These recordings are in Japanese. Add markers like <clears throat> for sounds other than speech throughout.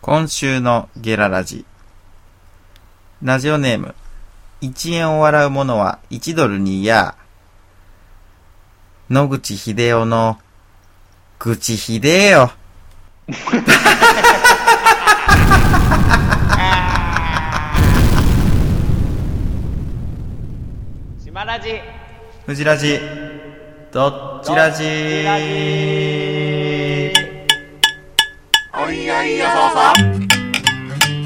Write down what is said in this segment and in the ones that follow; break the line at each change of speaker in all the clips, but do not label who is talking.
今週のゲララジ。ラジオネーム。1円を笑う者は1ドルにやー。野口秀夫の、口ひでえよ。
しまラジ
フジラジ。どっちラジ
おいやいやそうそう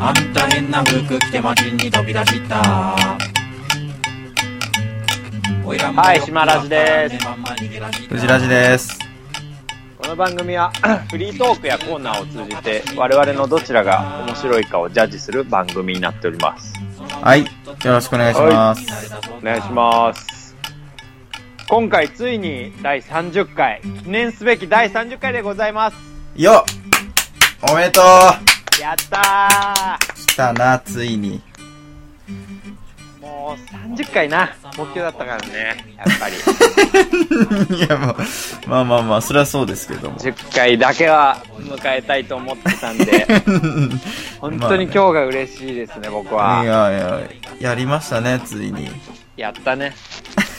あんた変な服着て街に飛び出したおいらも
はい島ラジです
フジラジです。
この番組は <clears throat> フリートークやコーナーを通じて我々のどちらが面白いかをジャッジする番組になっております
はい。よろしくお願いします。
お願いします今回ついに第30回記念すべき第30回でございます
よっおめでとう
やった
来たな、ついに。 <laughs>
ーもう30回な目標だったからねやっぱり
いや、もう、まあまあまあ、それはそうですけども。
10回だけは迎えたいと思ってたんで本当に今日が嬉しいですね僕はい
やいや、やりましたね、ついに。
やったね。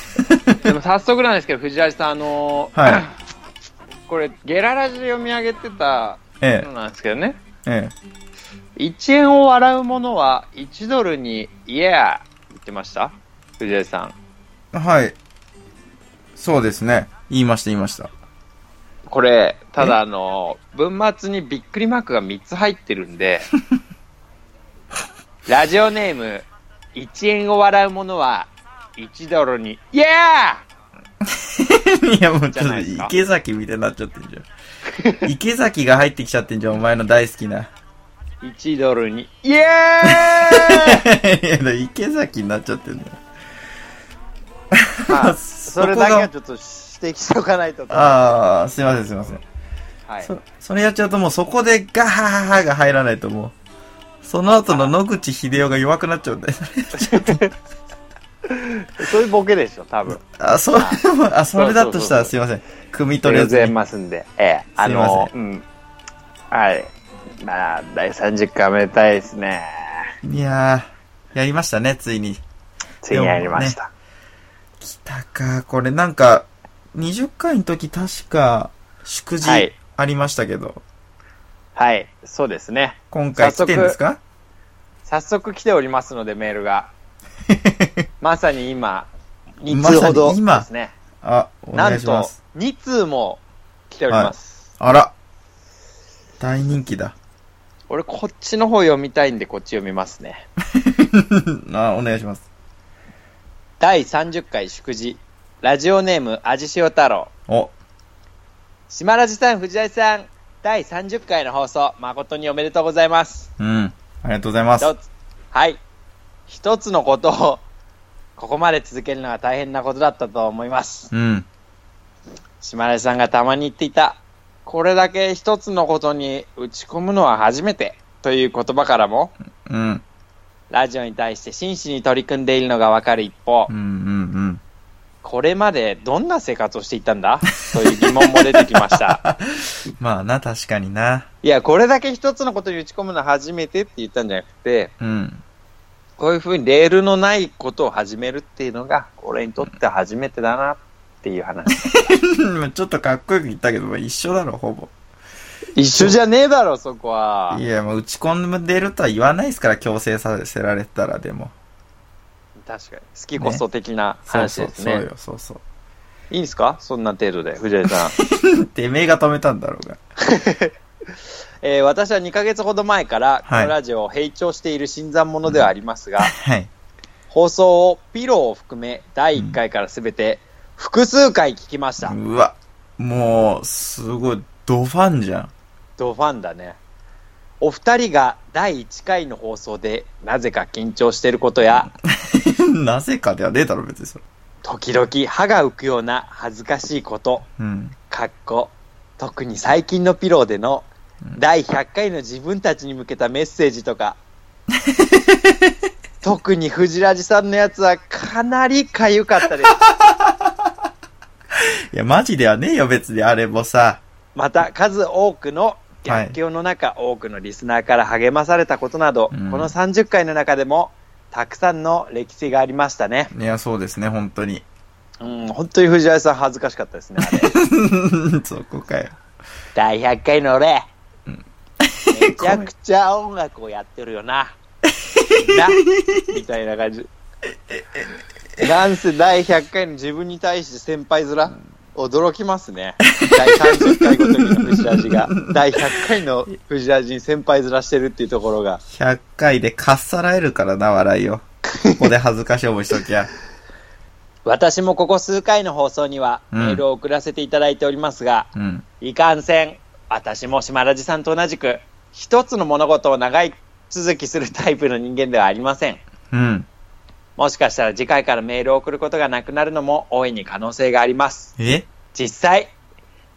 <laughs> でも早速なんですけど、藤原さん、あのー
はい。
<clears throat> これ、ゲララジで読み上げてた
え
のなんですけどね、
え、え
1円を笑うものは1ドルに、イエー言ってました藤原さん。
え。はい。そうですね。言いました、言いました。 <laughs>
これ、ただあのー文末にびっくりマークが3つ入ってる
<laughs>
んで、ラジオネーム、1円を笑うものは1ドルに、イエー
いや、もうちょ
じゃ
っ
な
と、
いですか
池崎みたいになっちゃってんじゃん。 <laughs> 池崎が入ってきちゃってんじゃん、お前の大好きな。 <laughs>
1ドルに、イエーイ
いや、池崎になっちゃってんだよ。 <laughs>
まあ、
そ
そ
こが
れだけはちょっと指摘しておかないとと。は
ああ、すいません、すいません。
い。
そそれやっちゃうともうそこでガハハハが入らないともう、その後の野口秀夫が弱くなっちゃうんだよ。
そういうボケでしょ、多分。
あ、それも、あ、それだとしたら
そう
すいません。汲み
と
取
り
れ
あえ
ず
ず
に。
やりますんで。ええ。あの、うん。はい。まあ、第30回めでたいですね。
いやー、やりましたね、ついに。
ついにやりました。
来たか、これなんか、20回の時確か、祝辞
はい
ありましたけど、
はい。そうですね。
今回来てんですか
早速来ておりますので、メール
<laughs>
が。まさに今、2
まさ
通
に
ほど
今
ですね。
あ、お
な
願
ん
いし
と
ます。、
2通も来ております。
あら、大人気だ。 <laughs>
俺、こっちの方読みたいんで、こっち読みますね。
あ、お願いします。
第30回祝辞ラジオネーム味塩太郎
お、
島ラジさん藤井さん第30回の放送誠におめでとうございます
うん、ありがとうございます。
一つはい一つのことをここまで続けるのは大変なことだったと思います
うん、
島ラジさんがたまに言っていたこれだけ一つのことに打ち込むのは初めてという言葉からも
うん、
ラジオに対して真摯に取り組んでいるのがわかる一方
うん、うん、うん。
これまでどんな生活をしていたんだという疑問も出てきました
まあな、確かにな。
いや、これだけ一つのことに打ち込むのは初めてって言ったんじゃなくて、
うん。 <laughs>
こういうふうにレールのないことを始めるっていうのが、俺にとっては初めてだなっていう話。
ちょっとかっこよく言ったけど、まあ一緒だろ、ほぼ。。
一緒じゃねえだろ、そこはい
や、もう打ち込んでるとは言わないですから、強制させられたら、でも。
確かに。好きこそ的な
そう
話
そう、
です
そう
ね。
よ、そうそ
いいんすかそんな程度で、藤井
<laughs>
さん。
う。てめえが止めたんだろうが。
えー私は2ヶ月ほど前から、こ
はい
のラジオを拝聴している新参者ではありますが、
<laughs> はい。
放送をピローを含め、第1回から全て、複数回聞きました。
うわ、もう、すごい、ドファンじゃん。
ドファンだね。お二人が第1回の放送でなぜか緊張していることや、
<laughs> なぜかではねえだろ、別にそれ。
時々歯が浮くような恥ずかしいこと、
うん。
かっこ、特に最近のピローでの第100回の自分たちに向けたメッセージとか、特に藤ラジさんのやつはかなり痒かったです。
いや、マジではねえよ、別にあれもさ。
また、数多くの逆境の中、多くのリスナーから励まされたことなど、
うん
この30回の中でも、たくさんの歴史がありましたね。
いや、そうですね、本当に。 <laughs>
うん、本当に藤原さん恥ずかしかったですね、あれ。
そこかよ。
第100回の俺、めちゃくちゃ音楽をやってるよ <laughs> な。な、みたいな感じ。なんせ第100回の自分に対して先輩面、驚きます <laughs> ね。第30回ごとにの藤ラジが、第100回の藤ラジに先輩面してるっていうところが。
100回でかっさらえるからな、笑いを。ここで恥ずかしい思いしときゃ。
私もここ数回の放送には
うん
メールを送らせていただいておりますが、
うん。
いかんせん、私も島ラジさんと同じく、一つの物事を長い続きするタイプの人間ではありません。
うん。
もしかしたら次回からメールを送ることがなくなるのも大いに可能性があります。
え <laughs>
実際、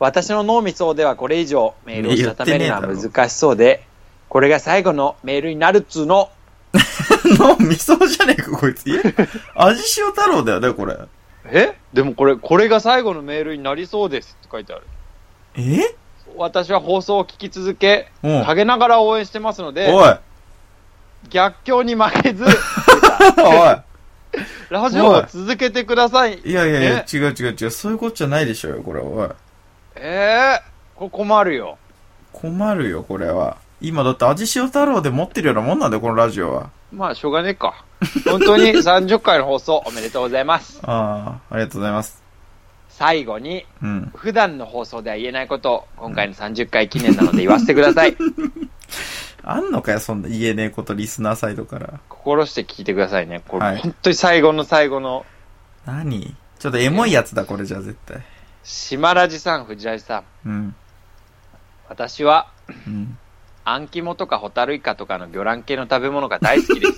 私の脳みそではこれ以上メールをしたためるの
言
は
ってねえだろ
難しそうで、これが最後のメールになるっつうの。
の、味噌じゃねえか、こいつ。え味塩太郎だよね、これ。
えでもこれ、これが最後のメールになりそうですって書いてある。
え
私は放送を聞き続け、
うん
陰ながら応援してますので、
おい。
逆境に負けず、
お
ラジオを続けてください。
い。いやいやいや、
ね
違う違う違う。そういうことじゃないでしょうよ、これ。おい。
えー、これ困るよ。
困るよ、これは。今だって味塩太郎で持ってるようなもんなんだよ、このラジオは。
まあ、しょうがね
<laughs>
えか。本当に30回の放送おめでとうございます。
ああ、ありがとうございます。
最後に、
うん。
普段の放送では言えないことを、今回の30回記念なので言わせてくだ
<laughs>
さい。
あんのかよ、そんな言えねえこと、リスナーサイドから。
心して聞いてくださいね。これ、
はい
本当に最後の最後の、
何ちょっとエモいやつだ、これじゃ、絶対。
島ラジさん、藤ラジさん。
うん。
私は、
うん。
アンキモとかホタルイカとかの魚卵系の食べ物が大好き <laughs> です。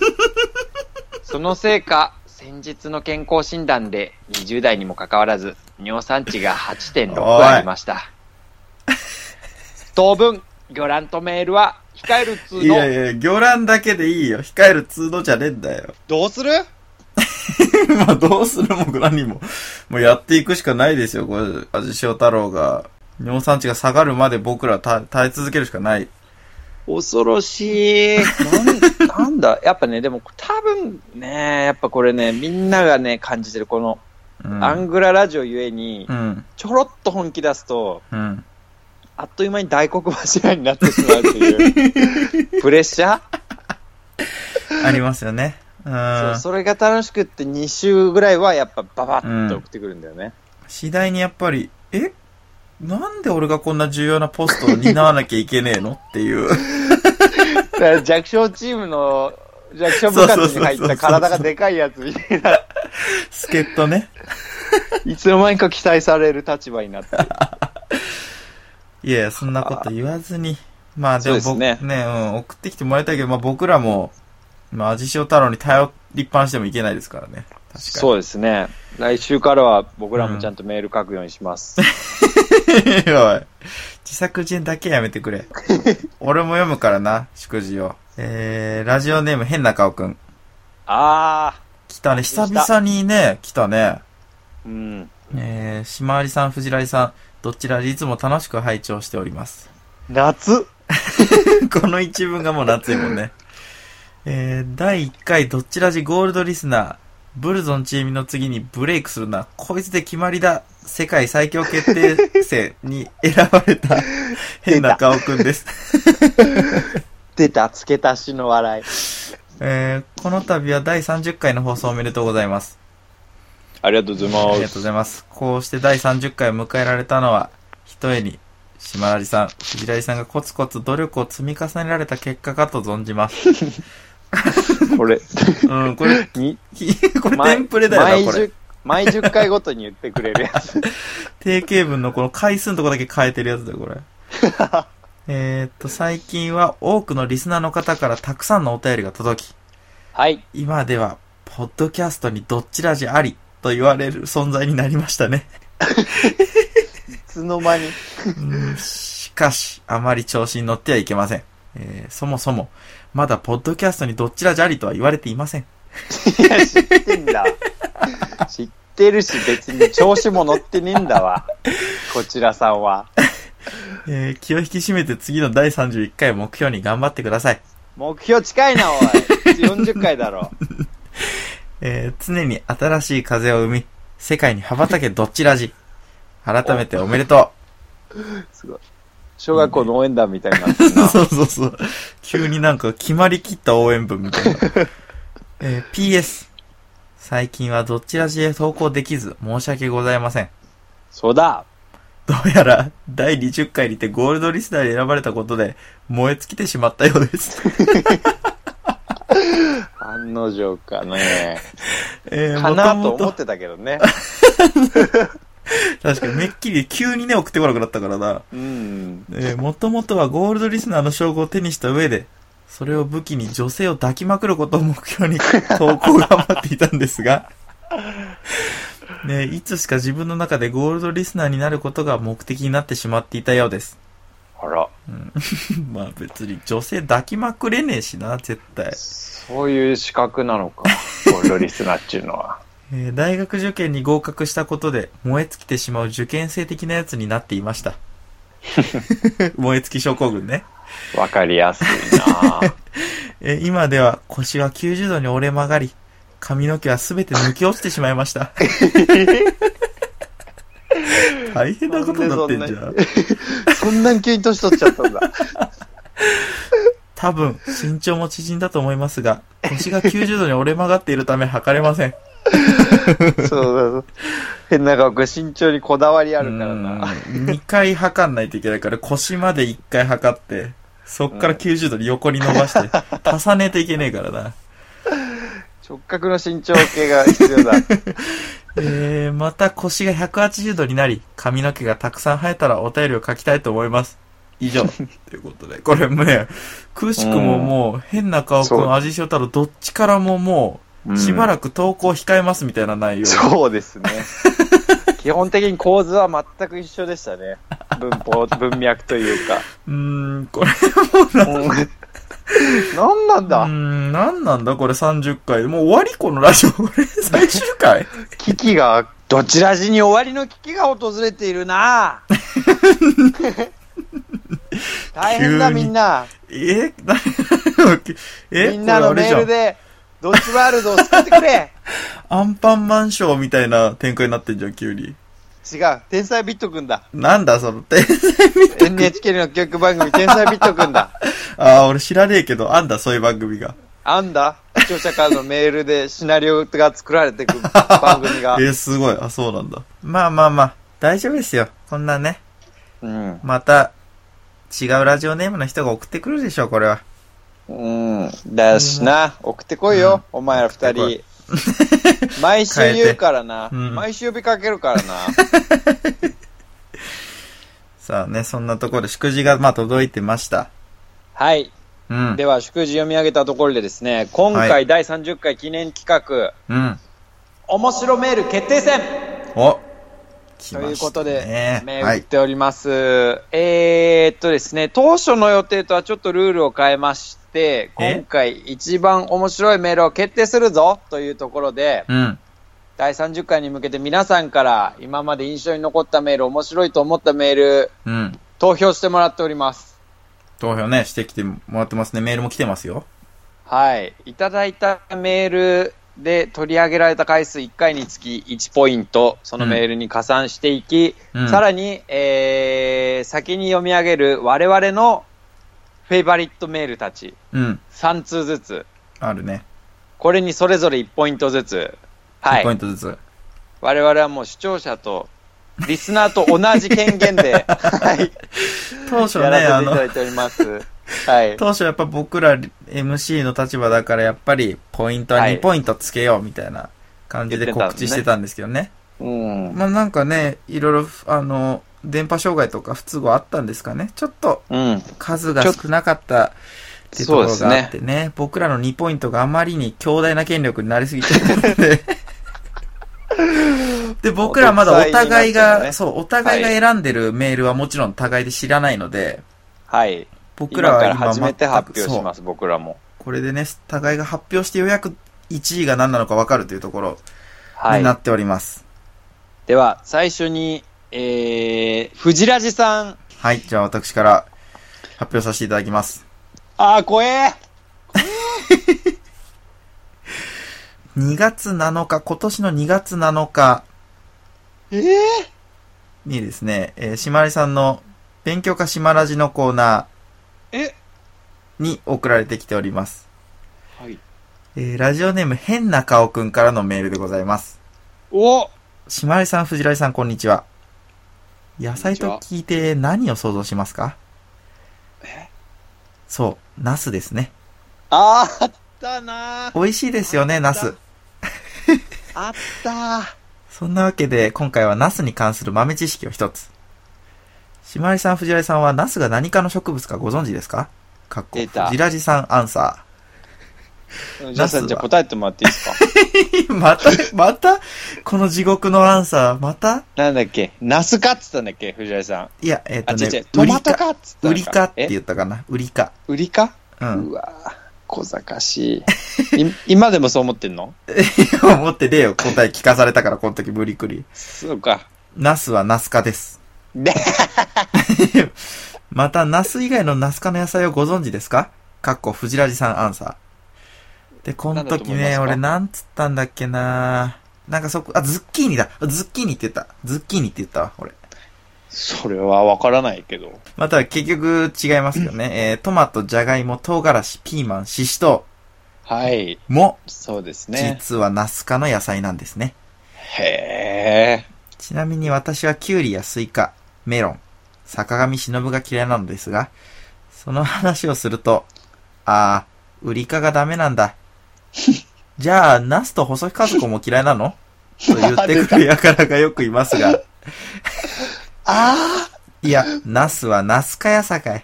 そのせいか、先日の健康診断で20代にもかかわらず、尿酸値が8.6ありました。当分、魚卵とメールは控えるっつう
いやい
の、
や、魚卵だけでいいよ。控える通のじゃねえんだよ。 <laughs>
どうする
まあ、どうするも何も。もうやっていくしかないですよ、これ。味塩太郎が。尿酸値が下がるまで僕らは耐え耐え続けるしかない。
恐ろしい。なん <laughs> なんだ、やっぱね、でも多分ね、やっぱこれね、みんながね、感じてるこの、
うん。
アングララジオゆえに
う、ん。
ちょろっと本気出すと、
うん。
あっという間に大黒柱になってしまうっていう <laughs> プレッシャー、
ありますよね。うん。
そうそれが楽しくって2週ぐらいはやっぱババッと送ってくるんだよね、
次第にやっぱり、えなんで俺がこんな重要なポストを担わなきゃいけねえのっていう。 <laughs>
だから弱小チームの弱小部活に入った体がでかいやつみたいな
助っ人ね。
いつの間にか期待される立場になって
いやいや、そんなこと言わずに。まあでも
そう
僕
で
ね
す
うん、送ってきてもらいたいけど、まあ僕らも、まあ味塩太郎に頼りっぱなしでもいけないですからね。 <laughs> 確かに。
そうですね来週からは僕らもちゃんとメール書くようにします、
おい。自作自演だけやめてくれ。俺も読むからな、祝辞を。えー、ラジオネーム変な顔くん。
<laughs> ああ
来たね、久々にね、来たね。
うん
えー、しまわりさん、藤らりさん、どちらでいつも楽しく拝聴しております。 <laughs>
夏
この一文がもう夏いもんね。えー、第1回どっちらじゴールドリスナー、ブルゾンチームの次にブレイクするな、こいつで決まりだ、世界最強決定戦に選ばれた変な顔くんです。
出た付け足しの笑い
えーこの度は第30回の放送おめでとうございます。
ありがとうござい
あり
ま
がとうございます。こうして第30回を迎えられたのは、ひとえに、島らりさん、藤らりさんがコツコツ努力を積み重ねられた結果かと存じます。
これ
うん、こ <laughs> れ、
に
ひこれ
前
テンプレだよな、これ。
毎 10, 毎10回ごとに言ってくれるやつ。
定型文のこの回数のとこだけ変えてるやつだよ、こ
<laughs>
れ。えーっと、最近は多くのリスナーの方からたくさんのお便りが届き、
はい。
今では、ポッドキャストにどっちらじありと言われる存在になりましたね。
いつの間に。
うんしかし、あまり調子に乗ってはいけません。えーそもそも、まだポッドキャストにどっちらじゃりとは言われていません。
いや、知ってんだわ。知ってるし、別に調子も乗ってねえんだわ。こちらさんは。
えー気を引き締めて次の第31回目標に頑張ってください。
目標近いな、おい。40回だろ。
えー常に新しい風を生み、世界に羽ばたけどっちラジ。改めておめでと
すごい。小学校の応援団みたいになって
う。
る
<laughs>
な。
そうそうそう。急になんか決まりきった応援文みたいな。えー PS。最近はどっちラジへ投稿できず申し訳ございません。
そうだ。
どうやら第20回にてゴールドリスナーに選ばれたことで燃え尽きてしまったようです。
<laughs> 案の定かね。
え
かなと
もと
思
も
ってたけどね。
確かにめっきり急にね送ってこなくなったからな。
うん。
えー、もともとはゴールドリスナーの称号を手にした上で、それを武器に女性を抱きまくることを目標
<laughs>
に投稿を頑張っていたんですが、ね、いつしか自分の中でゴールドリスナーになることが目的になってしまっていたようです。 <laughs>
あら。
まあ別に女性抱きまくれねえしな、絶対。
そういう資格なのか。ゴールドリスナーっていうのは。
えー大学受験に合格したことで燃え尽きてしまう受験生的なやつになっていました。 <laughs> 燃え尽き症候群ね。
わかりやすいな
えー今では腰は90度に折れ曲がり、髪の毛はすべて抜け落ちてしまいました。 <laughs> 大変なことになってんじゃ
なん
ん。
そんなに急に年取っちゃったんだ。
多分、身長も縮んだと思いますが、腰が90度に折れ曲がっているため測れません。
そうそうそう。変な顔、身長にこだわりあるからな。
2回測んないといけないから、腰まで1回測って、そっから90度に横に伸ば
<laughs>
して、重ねていけねえからな。
直角の身長計が必要だ。
えー、また腰が180度になり、髪の毛がたくさん生えたらお便りを書きたいと思います。以上。ということで、これもね、くしくももう、変な顔く、
そうん
味塩太郎、どっちからももう、 <laughs> しば
く。
らく投稿控えますみたいな内容。
そうです
<laughs>
ね。基本的に構図は全く一緒でしたね。文法、文脈とい
<laughs>
うか。
うーん、これ、
うん何なん
うー
だ
ん、なんなんだこれ30回。もう終わりこのラジオ。これ、最終回
危機が、どちらじに終わりの危機が訪れている
<laughs>
な大変だ
急に
みんな。
え <laughs> なえ
みんなの
これ
メ
あれじ
ール
ゃん
で、ドッジワールドを救ってくれ
アンパンマンショーみたいな展開になってんじゃん、急に。 <laughs>
違う、天才ビットくんだ。
なんだ、その、て
NHK の教育番組、天才ビットくんだ。
<laughs> ああ、俺知らねえけど、あんだ、そういう番組が。
あんだ視聴者からのメールでシナリオが作られてく番組が
<laughs> え。ー、すごい。あ、そうなんだ。まあまあまあ、大丈夫ですよ。こんなね、
うん。
また、違うラジオネームの人が送ってくるでしょう、これは。
うん。だしな、送ってこいよ、お前ら二
送っ
人。毎週言うから
変え
な、
てうん
毎週呼びかけるからな。
さあね、そんなところで祝辞が、まあ、届いてました。
はい。
うん。
では、祝辞読み上げたところでですね、今
は
回
い
第30回記念企画、
うん。
面白メール決定戦
お来ました、
と
ね。
いうことで、メール
は
打っ
い。
ております。えー、っとですね、当初の予定とはちょっとルールを変えまして、
え
今回一番面白いメールを決定するぞというところで、
うん。
第30回に向けて皆さんから今まで印象に残ったメール、面白いと思ったメール、
うん。
投票してもらっております。
投票ね、してきてもらってますね。メールも来てますよ。
はい。いただいたメールで取り上げられた回数1回につき1ポイント、そのメールに加算していき、
うん
さらに、えー先に読み上げる我々のフェイバリットメールたち、
うん。
3通ずつ、
あるね。
これにそれぞれ1ポイントずつ、は
1ポイ
い。
ントずつ。
我々はもう視聴者と、リスナーと同じ権限
<laughs>
で、はい。
当初ね、
やら
あ
せていただ
の、
いております。はい。
当初やっぱ僕ら MC の立場だからやっぱりポイントは
はい
2ポイントつけようみたいな感じで
言ってたん
告
ですね
知してたんですけどね。
うん。
まあなんかね、いろいろ、あの、電波障害とか不都合あったんですかね。ちょっと
うん。
数が少なかったっていうところがあってね。僕らの2ポイントがあまりに強大な権力になりすぎちゃったの
<laughs>
で。で、僕らまだお互い
独裁になっちゃう
が、
のね
そう、お互いが選んでるメールはもちろん互いで知らないので、
はい。
僕ら
今
は
から
今
初めて発表
全く
します、僕らも。
これでね、互いが発表してようやく1位が何なのか分かるというところ
は
になっ
い。
ております。
では、最初に、えー、藤ラジさん。
はい、じゃあ私から発表させていただきます。
あー、怖え
2月7日、今年の2月7日
えー、
にですね、えー、しまりさんの勉強家しまらじのコーナー
え
に送られてきております。
はい。
えー、ラジオネーム変な顔くんからのメールでございます。
お
しまりさん、藤らりさん、こんにちは。野菜
こん
と聞
に
いて何を想像しますかそう、ナスですね。
あー、あったなー。
美味しいですよね、ナス。
あったー。
そんなわけで、今回はナスに関する豆知識を一つ。しまりさん、藤らりさんはナスが何かの植物かご存知ですかかっこ、
出た
藤らじさんアンサ
じゃあさん、じゃあ答えてもらっていいですか
ー。
<laughs>
<laughs> また、また、この地獄のアンサー、また
なんだっけナスかっつったんだっけ藤井さん。
いや、えっ、
あ、
と
違う
ね
違う、、
ウ
ト
リ
マト
カ、
かっつったの
ウリカって
え
言ったかなウリカ。
ウリカ
う。
うんわぁ、小賢しい。 <laughs> い今でもそう思ってんの
思って例を答え聞かされたから、この時無理くり。
そうか。
ナスはナス科
<laughs>
です。
で、
また、ナス以外のナス科の野菜をご存知ですかかっこ、藤ラジさんアンサー。で、この
なんだと
時
思います
ね、
か
俺なんつったんだっけななんかそこ、あ、ズッキーニだ。ズッキーニって言った。ズッキーニって言ったわ、俺。
それはわからないけど。
また、結局違いますよね。え
<laughs>
ー、トマト、ジャガイモ、唐辛子、ピーマン、シシト
はい。
ウも、
そうですね。
実はナス科の野菜なんですね。
へ
ちなみに私はキュウリやスイカ、メロン、坂上忍が嫌いなのですが、その話をすると、あー、ウリ科がダメなんだ。じゃあ、ナスと細木和子も嫌いなのと言ってくるやからがよくいますが、
ぇあ
いや、ナスはナスかやさかい。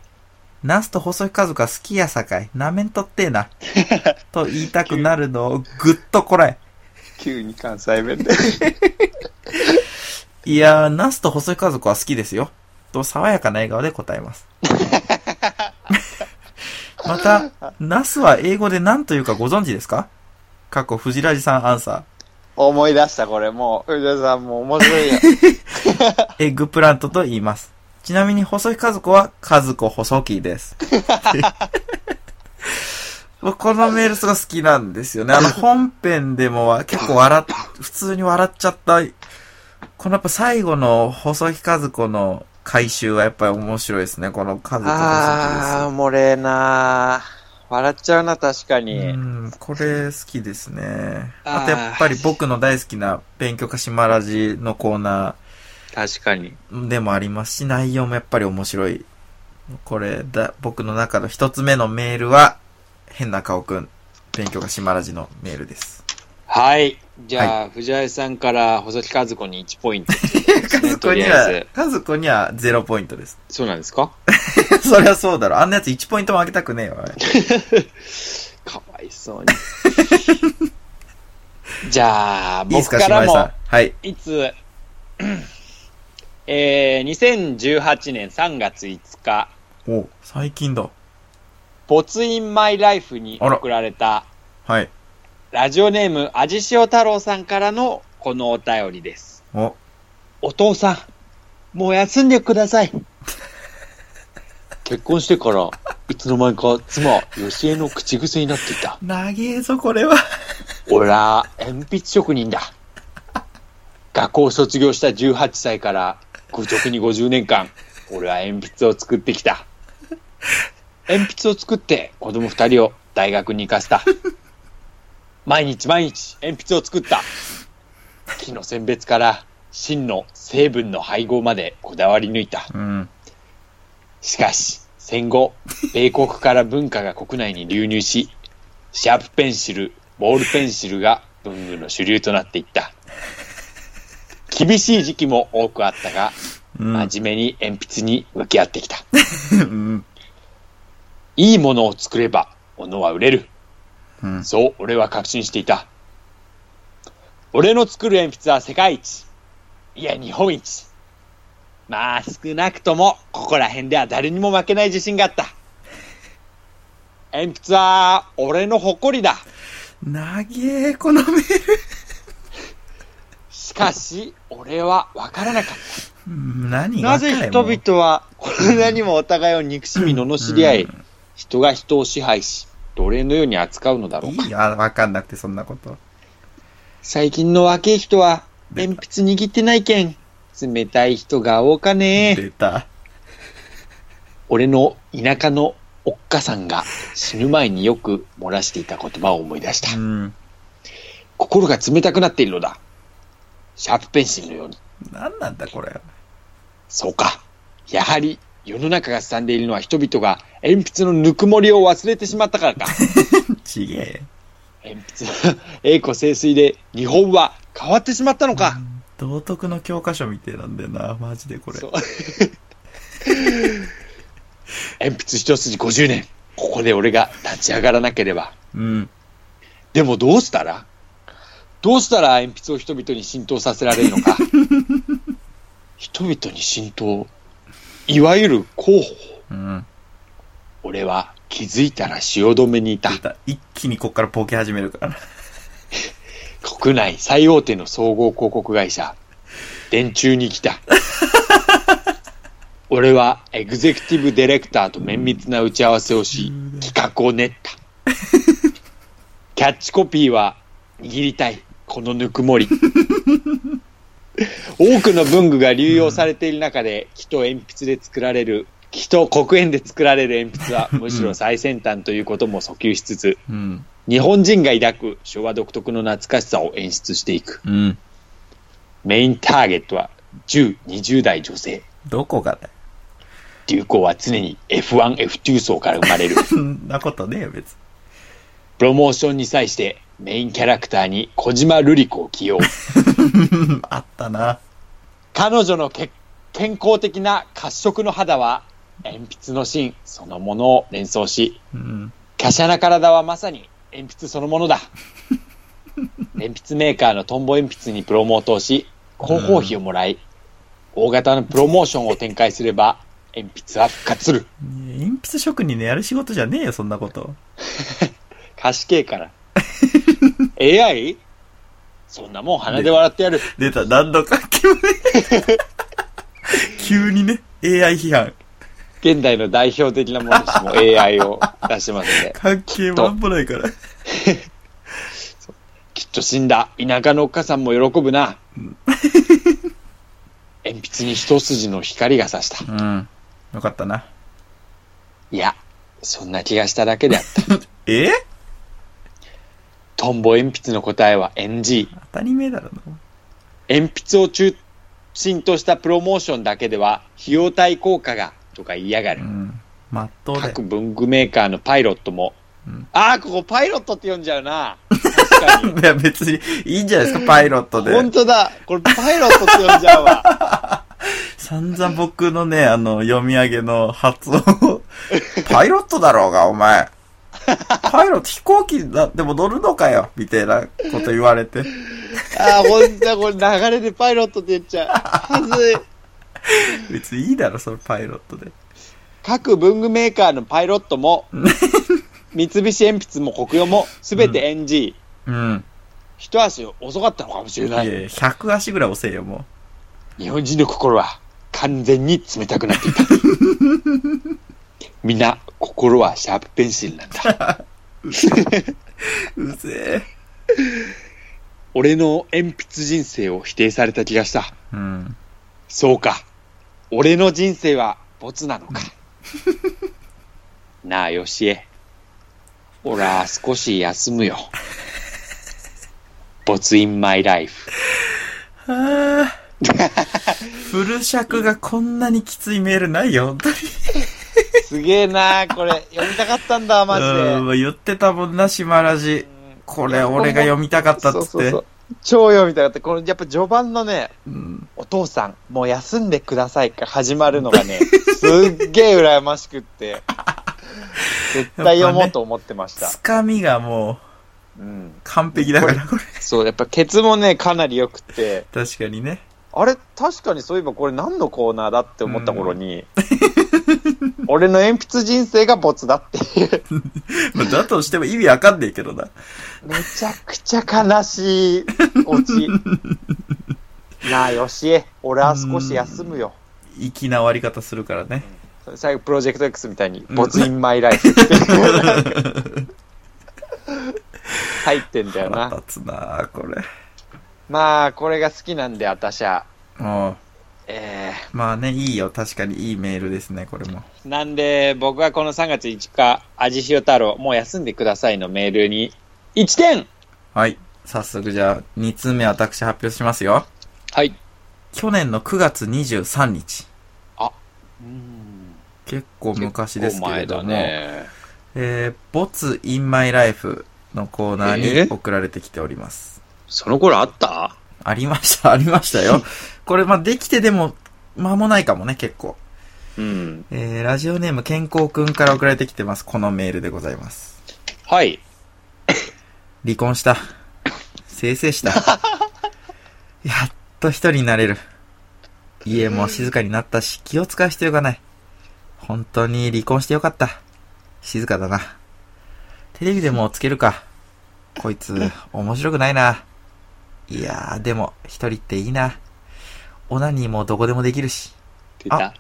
ナスと細木和子は好きやさかい。なめんとってえな。と言いたくなるのをぐっとこらえ。
ー急に関西弁で。
いやー、ナスと細い家族は好きですよ。と、爽やかな笑顔で答えます。 <laughs> また、ナスは英語で何というかご存知ですか過去、藤ラジさんアンサ
思い出した、これもう。藤井さんもう面白いよ。
ー。エッグプラントと言います。ちなみに、細い家族は、家族細木
<laughs>
です。僕このメールすごい好きなんですよね。あの、本編でもは結構笑っ、普通に笑っちゃった。このやっぱ最後の細木和子の回収はやっぱり面白いですね。この家族
<laughs> あ
細
ー、漏れなー。笑っちゃうな、確か
木で
に。
す。うん、これ好きですね。
あー
あとやっぱり僕の大好きな勉強家島ラジのコーナ
確かに。
ーでもありますし、内容もやっぱり面白い。これだ、僕の中の一つ目のメールは、変な顔くん、勉強家島ラジのメールです。
はい。じゃあ、藤井さんから細木和子に1ポイントっていうことですね。
家
と
族に
りあえ
は
ず。、
家族にはゼロポイントです。 <laughs>
そうなんですか
そりゃそうだろ。あんなやつ1ポイントもあげたくねえよ。おい
かわいそうに。
<laughs>
じゃあ、
いいです
僕
か、
か
島
ら
井さん
も。、
はい。
いつ、 <coughs> えー、2018年3月5日、
お、最近だ。
没in my life に
あら
送られた、
はい。
ラジオネーム、味塩太郎さんからのこのお便りです。
お、
お父さん、もう休んでください。 <laughs> 結婚してから、いつの間にか妻、吉江の口癖になっていた。
長えぞ、これは。
俺は鉛筆職人だ。学校を卒業した18歳から愚直に50年間、俺は鉛筆を作ってきた。鉛筆を作って子供2人を大学に行かせた。毎日毎日鉛筆を作った。木の選別から芯の成分の配合までこだわり抜いた。
うん。
しかし、戦後、米国から文化が国内に流入し、シャープペンシル、ボールペンシルが文具の主流となっていった。厳しい時期も多くあったが、
うん。
真面目に鉛筆に向き合ってきた。
うん。
いいものを作れば、物は売れる。
うん
そう、俺は確信していた。俺の作る鉛筆は世界一。いや、日本一。まあ、少なくとも、ここら辺では誰にも負けない自信があった。鉛筆は、俺の誇りだ。
なげえ、このメール。
しかし、俺は分からなかっ
うん何
た。
が
なぜ人々は、こんなにもお互いを憎しみ、罵り合い、
うん
人が人を支配し、奴隷のように扱うのだろうか
い。いよ、わかんなくて、そんなこと。
最近の若い人は、
で
鉛筆握ってないけん、冷たい人が多かねえ。
出た。
俺の田舎のおっかさんが死ぬ前によく漏らしていた言葉を思い出した
う。ん。
心が冷たくなっているのだ。シャープペンシルのように。
なんなんだ、これ。
そうか。やはり、世の中がすさんでいるのは人々が鉛筆のぬくもりを忘れてしまったからか。
ちげえ。
鉛筆の栄枯盛衰で日本は変わってしまったのか。
道徳の教科書みてえなんだよな、マジでこれ。
そう鉛筆一筋50年。ここで俺が立ち上がらなければ。
うん。
でもどうしたらどうしたら鉛筆を人々に浸透させられるの
<laughs>
か人々に浸透。いわゆる候補。
うん。
俺は気づいたら汐留にいた
出。た。一気にこっからボケ始めるからな。
国内最大手の総合広告会社、電柱に来た。俺はエグゼクティブディレクターと綿密な打ち合わせをし、企画を練った。キャッチコピーは、握りたい、このぬくもり。 <laughs> 多くの文具が流用されている中で、木と鉛筆で作られる、木と黒鉛で作られる鉛筆は、むしろ最先端ということも訴求しつつ、
うん。
日本人が抱く昭和独特の懐かしさを演出していく。
うん。
メインターゲットは10、20代女性。
どこがだよ。
流行は常に F1、F2 層から生まれる。
そんなことねえよ、別に。
プロモーションに際してメインキャラクターに小島瑠璃子を起
う
用。
んあったな。
彼女のけ健康的な褐色の肌は鉛筆の芯そのものを連想し、
うん。
華奢な体はまさに鉛筆そのも
<laughs>
のだ。鉛筆メーカーのトンボ鉛筆にプロモートをし、広報費をもらい、大型のプロモーションを展開すれば、鉛筆は復活する。
ねえ鉛筆職人のやる仕事じゃねえよ、そんなこと。
菓子系
<laughs>
から。AI? そんなもん鼻で笑ってやる。
出た、何度か急に。 <laughs> 急にね、AI 批判。
現代の代表的なものとしても AI を出してますんで。
関係もんもないから。
きっと死んだ田舎のおっかさんも喜ぶな。鉛筆に一筋の光が差した。
うん。よかったな。
いや、そんな気がしただけであった。
え
トンボ鉛筆の答えは NG。
当たり前だろな。
鉛筆を中心としたプロモーションだけでは費用対効果がとか言いやが
う
る。
ん。まっとうだよ
各。文具メーカーのパイロットも。
うん
ああ、ここパイロットって呼んじゃうな。確かに。
<laughs> いや、別に、いいんじゃないですか、パイロットで。
本当だ。これパイロットって呼んじゃうわ。
散々僕のね、 <laughs> あの、読み上げの発音を、 <laughs> パイロットだろうが、お前。パイロット飛行機だ、でも乗るのかよ、みたいなこと言われて。
ああ、本当だ。これ流れでパイロットって言っちゃう。はずい。
別にいいだろ、そのパイロットで。
各文具メーカーのパイロットも、三菱鉛筆も国用も、すべて NG。
うん。
一足遅かったのかもしれ
い
な
やい
い。
や、100足ぐらい押せよ、も
日本人の心は完全に冷たくなっていた。みんな、心はシャープペンシルなんだ。
う。うぜ
俺の鉛筆人生を否定された気がした。
え。うん。
そうか。俺の人生はボツなのか。 <laughs> なあ、よしえ。ほら、少し休むよ。ボツインマイライフ。
はあ。 <laughs> フル尺がこんなにきついメールないよ、本当に。
すげえなあ、これ。読みたかったんだ、マジで。
うん、言ってたもんな、島ラジ。これ、俺が読みたかったっつって。
そうそうそう。超読みたかった。この、やっぱ序盤のね、
うん。
お父さん、もう休んでくださいから始まるのが
<laughs>
ね、すっげえ羨ましくって。絶対読もうと思ってました。
つかみがもう、
うん。
完璧だから、これ。
そう、やっぱケツもね、かなり良くて、
確かにね。 <laughs>
あれ、確かにそういえばこれ何のコーナーだって思った頃に、俺の鉛筆人生がボツだっていう。
まあだとしても意味わかんねえけどな。
めちゃくちゃ悲しいオチ。なあ、よしえ、俺は少し休むよ。
粋な終わり方するからね。
最後、プロジェクト X みたいに、ボツインマイライフっていう入ってんだよ
腹
な。
立つなあこれ。
まあ、これが好きなんで、私は。
も
え
う、まあね、いいよ。確かにいいメールですね、これも。
ー、なんで、僕はこの3月5日、味塩太郎、もう休んでくださいのメールに、1点
はい。早速じゃあ、2通目私発表しますよ。
はい。
去年の9月23日。
うん。
結構昔ですけれども、
ね。
えー、ボツインマイライフのコーナー
え
に
ー
送られてきております。
その頃あった
ありました、ありました
<laughs>
よ。これ、まあ、できてでも、間もないかもね、結構。
うん。
えー、ラジオネーム健康くんから送られてきてます。このメールでございます。
はい。
離婚した。せいせいした。やっと一人になれる。家も静かになったし、気を使う必要がない。本当に離婚してよかった。静かだな。テレビでもつけるか。こいつ、面白くないな。いやー、でも、一人っていいな。オナニーもどこでもできるし。
出
あ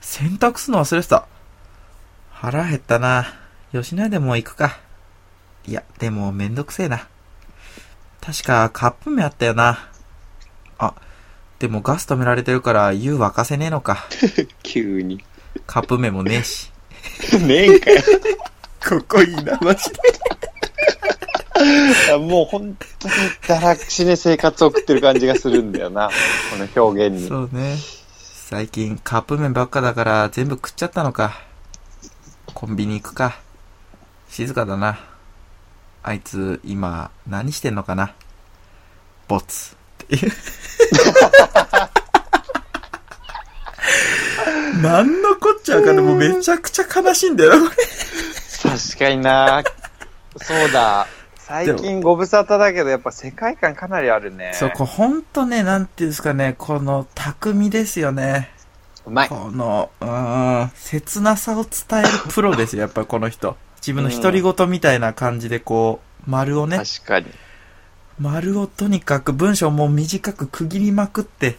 洗濯するの忘れてた。腹減ったな。吉野家でも行くか。いや、でもめんどくせえな。確かカップ麺あったよな。あ、でもガス止められてるから湯沸かせねえのか。
急に。 <laughs>
カップ麺もねえし。
ねえんかよ
<laughs> ここいいな、マジで。
いや。もう本当にだらしね生活を送ってる感じがするんだ
<laughs>
よな。この表現に。
そうね。最近カップ麺ばっかだから全部食っちゃったのか。コンビニ行くか。静かだな。あいつ今何してんのかな。ボツ。なんのこっちゃわかんない。もうめちゃくちゃ悲しいんだよな、これ。
確かにな。そうだ。最近ご無沙汰だけど、やっぱ世界観かなりあるね。
そう、こうほんとね、なんていうんですかね、この匠ですよね。
うまい。
この、うーん、切なさを伝えるプロ <laughs> ですよ、やっぱりこの人。自分の独り言みたいな感じでこう、丸をね、
確かに。
丸をとにかく文章も短く区切りまくって、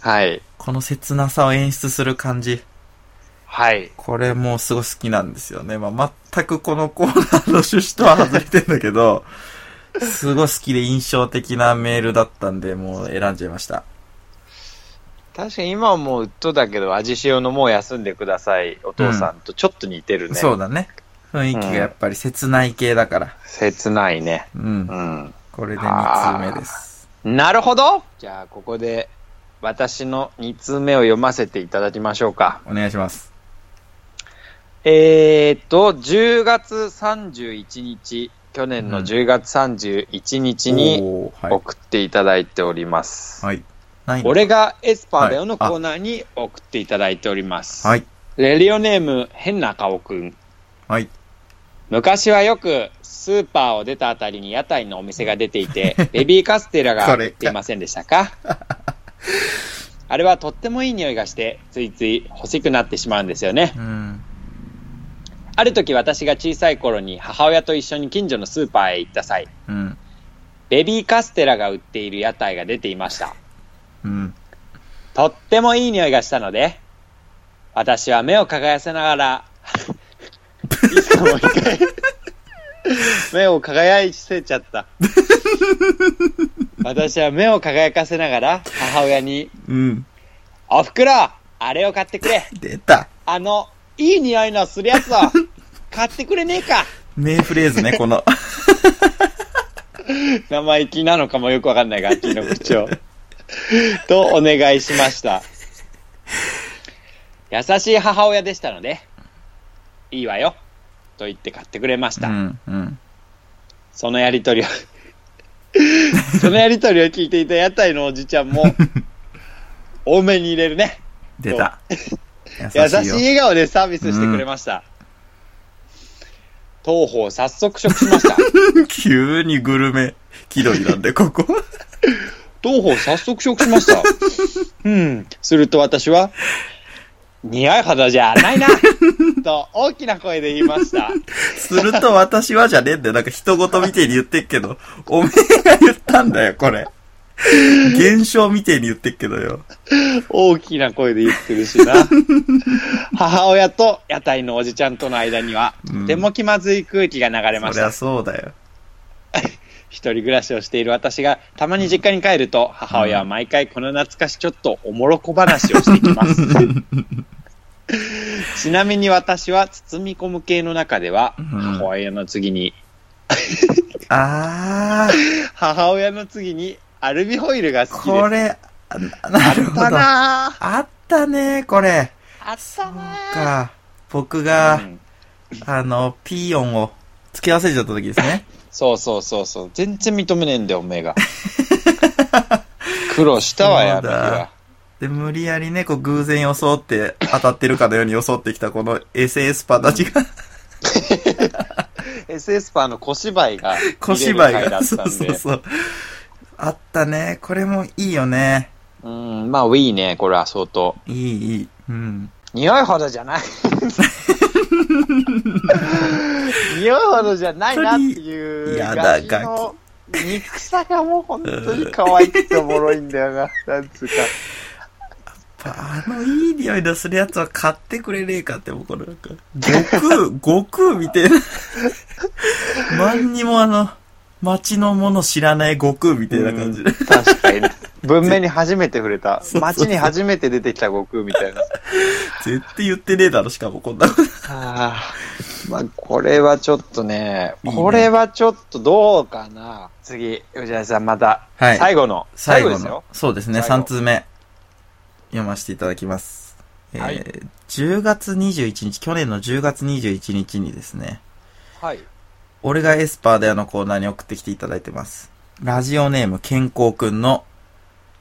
はい。
この切なさを演出する感じ。
はい。
これもうすごい好きなんですよね。まあ、全くこのコーナーの趣旨とは外れてんだけ <laughs> ど、すごい好きで印象的なメールだったんで、もう選んじゃいました。
確かに今はもううっとだけど、味塩のもう休んでください、お父さんとちょっと似てるね。
そうだね。雰囲気がやっぱり切ない系だから。
切ないね。
うん
う。ん。
これで2通目です。
なるほどじゃあ、ここで、私の2通目を読ませていただきましょうか。
お願いします。
えーっと、10月31日、去年の10月31日に
おーはい。
送っていただいております。
はい。ないの
俺がエスパーだよの
はいあ
コーナーに送っていただいております。
はい。
レリオネーム、変な顔くん。
はい。
昔はよくスーパーを出たあたりに屋台のお店が出ていて、ベビーカステラが
これ
売っていませんでしたか <laughs> あれはとってもいい匂いがして、ついつい欲しくなってしまうんですよね
う。ん。
ある時私が小さい頃に母親と一緒に近所のスーパーへ行った際、
うん。
ベビーカステラが売っている屋台が出ていました。
うん。
とってもいい匂いがしたので、私は目を輝かせながら、 <laughs> いいかもう一回。目を輝かせちゃった。私は目を輝かせながら、母親に、
うん。
おふくろあれを買ってくれ
出た。
あの、いい匂いのするやつを買ってくれねえか
名フレーズね、こ <laughs> の。
生意気なのかもよくわかんないが、あっちの口調。とお願いしました。優しい母親でしたので、いいわよ。と言って買ってくれまし
う
た。
ん。うん。
そのやりとりを、 <laughs> そのやりとりを聞いていた屋台のおじちゃんも、多めに入れるね。
出た。
優
<laughs> 優しいよ。
しい笑顔でサービスしてくれました。当方早速食しました。
急にグルメ気取りなんで、ここ。 <laughs>
当方早速食しました。うん。すると私は、匂いほどじゃないなと大きな声で言いました。
すると私はじゃねえんだよ。なんか人事みてえに言ってっけど、おめえが言ったんだよ、これ。現象みてえに言ってっけどよ。
大きな声で言ってるし
<laughs>
な。母親と屋台のおじちゃんとの間には、
うん
とても気まずい空気が流れま
そ
し
りゃ
た。
そうだよ。
一人暮らしをしている私が、たまに実家に帰ると、母親は毎回この懐かしちょっとおもろこ話をしてきます。
<laughs>
ちなみに私は包み込む系の中では、
うん
母親の次に、
あー、
母親の次にアルミホイルが好きです。
これ、あなるほ
あった
ど。
なぁ
あったね、これ。
あったなぁ
か。僕が
う、ん
あの、ピーヨンを付け忘れちゃった時ですね。
そうそうそうそう。全然認めねえんだよ、おめえが。苦労したわ、や
そう
る
だ
は。
で、無理やりね、こう偶然装って当たってるかのように装ってきたこの SS パたちが、
SS パーの小芝居が見れる
小芝居
回だ
が。
っ
そ
た
うんそう
で。
そう。あったね。これもいいよね。
うん、まあ、ウィーね、これは相当。
いい、いい。うん。
匂いほどじゃない。匂いほどじゃないなってい
本
う。
当にやだ
ガキの憎さがもう本当に可愛くておもろいんだよな。なんつうか。
やっぱあのいい匂いのするやつは買ってくれねえかって、もうこれなんか、悟空、悟空みたい
<laughs>
な。何にもあの、街のもの知らない悟空みたいな感じで。
確かに。文明に初めて触れ
<laughs>
た
そうそう。
街に初めて出てきた悟空みたいな。
絶対言ってねえだろ、しかもこんなこと。
ああ、まあ、これはちょっとね、
いいね
これはちょっとどうかな。次、吉田さん、また、
はい
最後の、
最後
です
の
よ。、
そうですね、
最後
3通目、読ませていただきます。えー
はい
10月21日、去年の10月21日にですね、
はい。
俺がエスパーであのコーナーに送ってきていただいてます。ラジオネーム、健康くんの、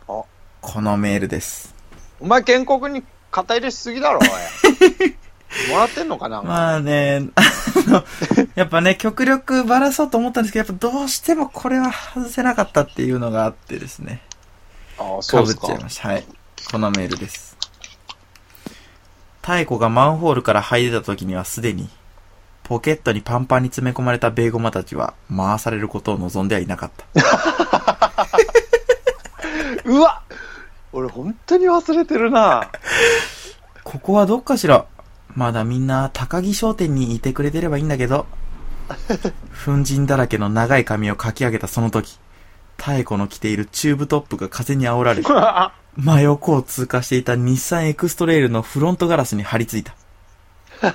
あ
このメールです。
お前、建国に肩入れしすぎだろ、お
<laughs>
い。もらってんのかな、
まあね、あの、 <laughs> やっぱね、極力バラそうと思ったんですけど、やっぱどうしてもこれは外せなかったっていうのがあってですね。
ああ、そ
か
う
ぶっ
です
ちゃい
か。
ました。はい。このメールです。太古がマンホールから這い出た時にはすでに、ポケットにパンパンに詰め込まれたベーゴマたちは回されることを望んではいなかった。
<laughs> うわ俺、本当に忘れて
<laughs>
るな。
ここはどっかしらまだみんな高木商店にいてくれてればいいんだけど。粉塵だらけの長い髪をかき上げたその時、太古の着ているチューブトップが風に煽られ、真横を通過していた日産エクストレイルのフロントガラスに張り付いた。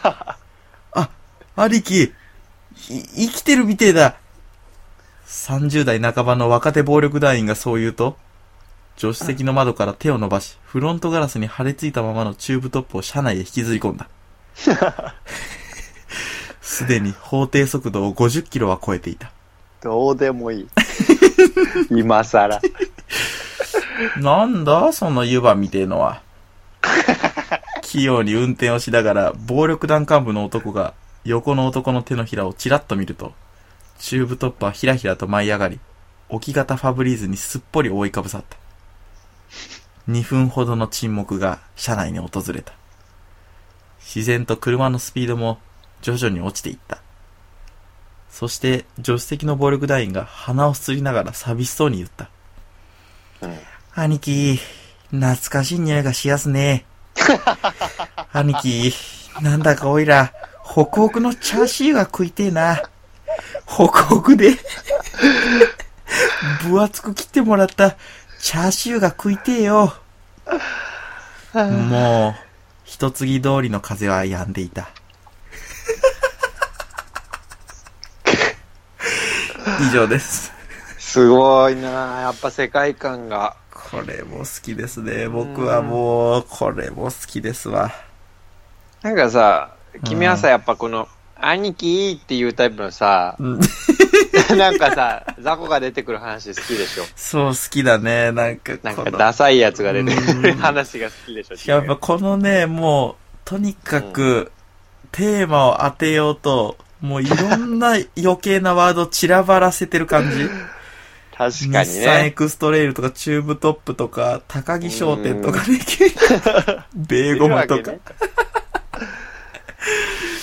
あ、兄貴、ひ生きてるみてえだ。30代半ばの若手暴力団員がそう言うと、助手席の窓から手を伸ばし、フロントガラスに張り付いたままのチューブトップを車内へ引きずり込んだ。すでに法定速度を50キロは超えていた。
どうでもいい。今更。
なんだその湯葉みてえのは。器用に運転をしながら、暴力団幹部の男が横の男の手のひらをちらっと見ると、チューブトップはひらひらと舞い上がり、置き型ファブリーズにすっぽり覆いかぶさった。2分ほどの沈黙が車内に訪れた。自然と車のスピードも徐々に落ちていった。そして助手席の暴力団員が鼻をすすりながら寂しそうに言った。兄貴、懐かしい匂いがしやすね。兄貴、なんだかおいら、ホクホクのチャーシューが食いてえな。ホクホクで、分厚く切ってもらったチャーシューが食いてえよ。もう、一継ぎ通りの風は止んでいた。以上です。
すごいなやっぱ世界観が。
これも好きですね。僕はもう、これも好きですわ。
なんかさ、君はさ、やっぱこの、兄貴っていうタイプのさ、
うん
<laughs> なんかさ、雑魚が出てくる話好きでしょ。
そう、好きだね。なんか、
なん
こ
か
の、
ダサいやつが出てく
う
る
ん
話が好きでしょ。
やっぱこのね、もう、とにかく、テーマを当てようと、もういろんな余計なワード散らばらせてる感じ。
確か
日
に
産エ
ね。
クストレイルとかチューブトップとか、高木商店とかね、 <laughs> ベーゴムとか。
いうる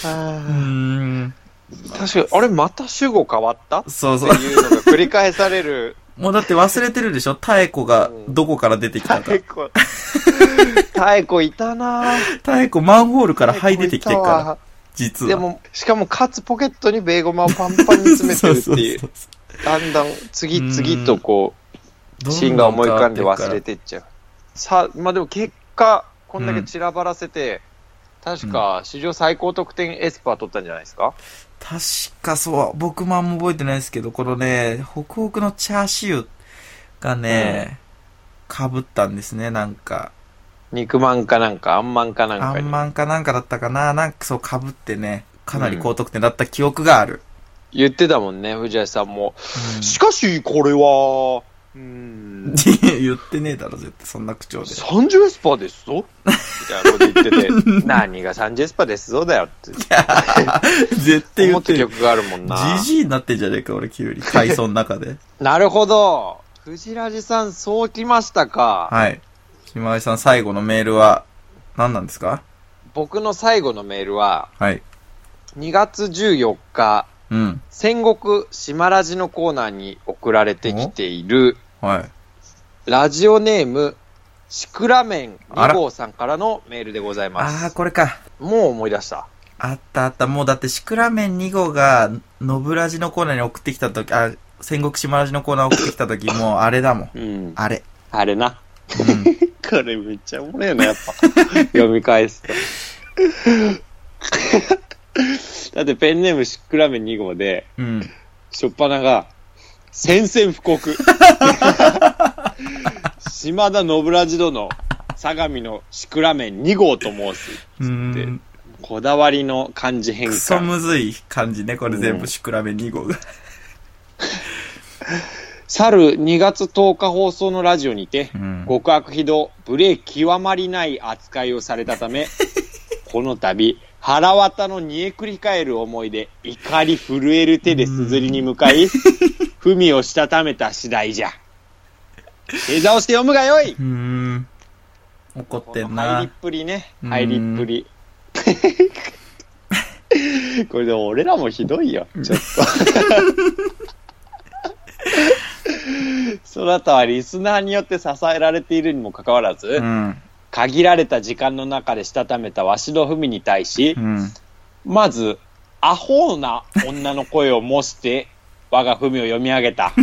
わ
ーん。
けね確かに、あれ、また主語変わったっ
そう
て
そう。
いうのが繰り返さ
<laughs>
れる。
もうだって忘れてるでしょ妙子がどこから出てきたか
太。 <laughs> 鼓。太鼓いたなぁ。
妙子マンホールから灰出てきてるから、
ら。
実は。
でも、しかも、かつポケットにベーゴマをパンパンに詰めてるっていう。
そうそう
だんだん、次々とこ
そう
う、シーンが思い浮かんで忘れてっちゃう。さあ、まあでも結果、こんだけ散らばらせて、確か、史上最高得点エスパー取ったんじゃないですか
確かそう、僕もあんま覚えてないですけど、このね、北北のチャーシューがね、かぶったんですね、なんか。
肉まんかなんか、あんまんかなん
あ
か
ん
に。
まんかなんかだったかな、なんかそうかぶってね、かなり高得点だった記憶がある。
言ってたもんね、藤井さんも。
うん
しかし、これは、うーん
言ってねえだろ、絶対、そんな口調
<laughs>
で。
30エスパーですぞみたいなこと言って
<laughs>
て、何が30エスパーですぞだよって
絶対言
思
っ
ってた
る。
曲があるもんな。
じじいになってんじゃねえか、俺、
<laughs>
急に。階層の中で。
なるほど。藤ラジさん、そうきましたか。
はい。ひまわりさん、最後のメールは、何なんですか
僕の最後のメールは、
はい。
2月14日、
うん。
戦国島ラジのコーナーに送られてきている、
はい。
ラジオネーム、シクラメン
あら
2号さんからのメールでございま
ああ、
す。
これか。
もう思い出した。
あったあった。もうだって、シクラメン2号が、ノブラジのコーナーに送ってきたとき、あ、戦国島ラジのコーナー送ってきた <laughs> とき、もうあれだもん。
うん。
あれ。
あれな。
うん。
<laughs> これめっちゃおもろいよね、やっ
<laughs>
ぱ。読み返すと。 <laughs> だってペンネームシクラメン2号で、
うん。
しょっぱなが、宣戦布告。島田信良殿、相模のシクラメン2号と申す。
う
つって
ん。
こだわりの漢字変
クソ
換。
むずい感じね、これ全
う
部、
ん
シクラメン2号が。
去る2月10日放送のラジオにて
う、ん。
極悪非道、無礼極まりない扱いをされたた
<laughs>
め、この度、腹渡の煮えくり返る思いで、怒り震える手で硯に向
<laughs>
かい、文をしたためた次第じゃ。正座をして読むがよいう
ーん。怒ってん
入りっ
な。
ぷりね。
うん
入りっぷ
<laughs>
り。これでも俺らもひどいよ、ちょっ
<laughs>
と。その他はリスナーによって支えられているにもかかわらず、
うん。
限られた時間の中でしたためたわしの文に対し
う、ん。
まず、アホな女の声を模して、我が文を読み上
<laughs>
げた。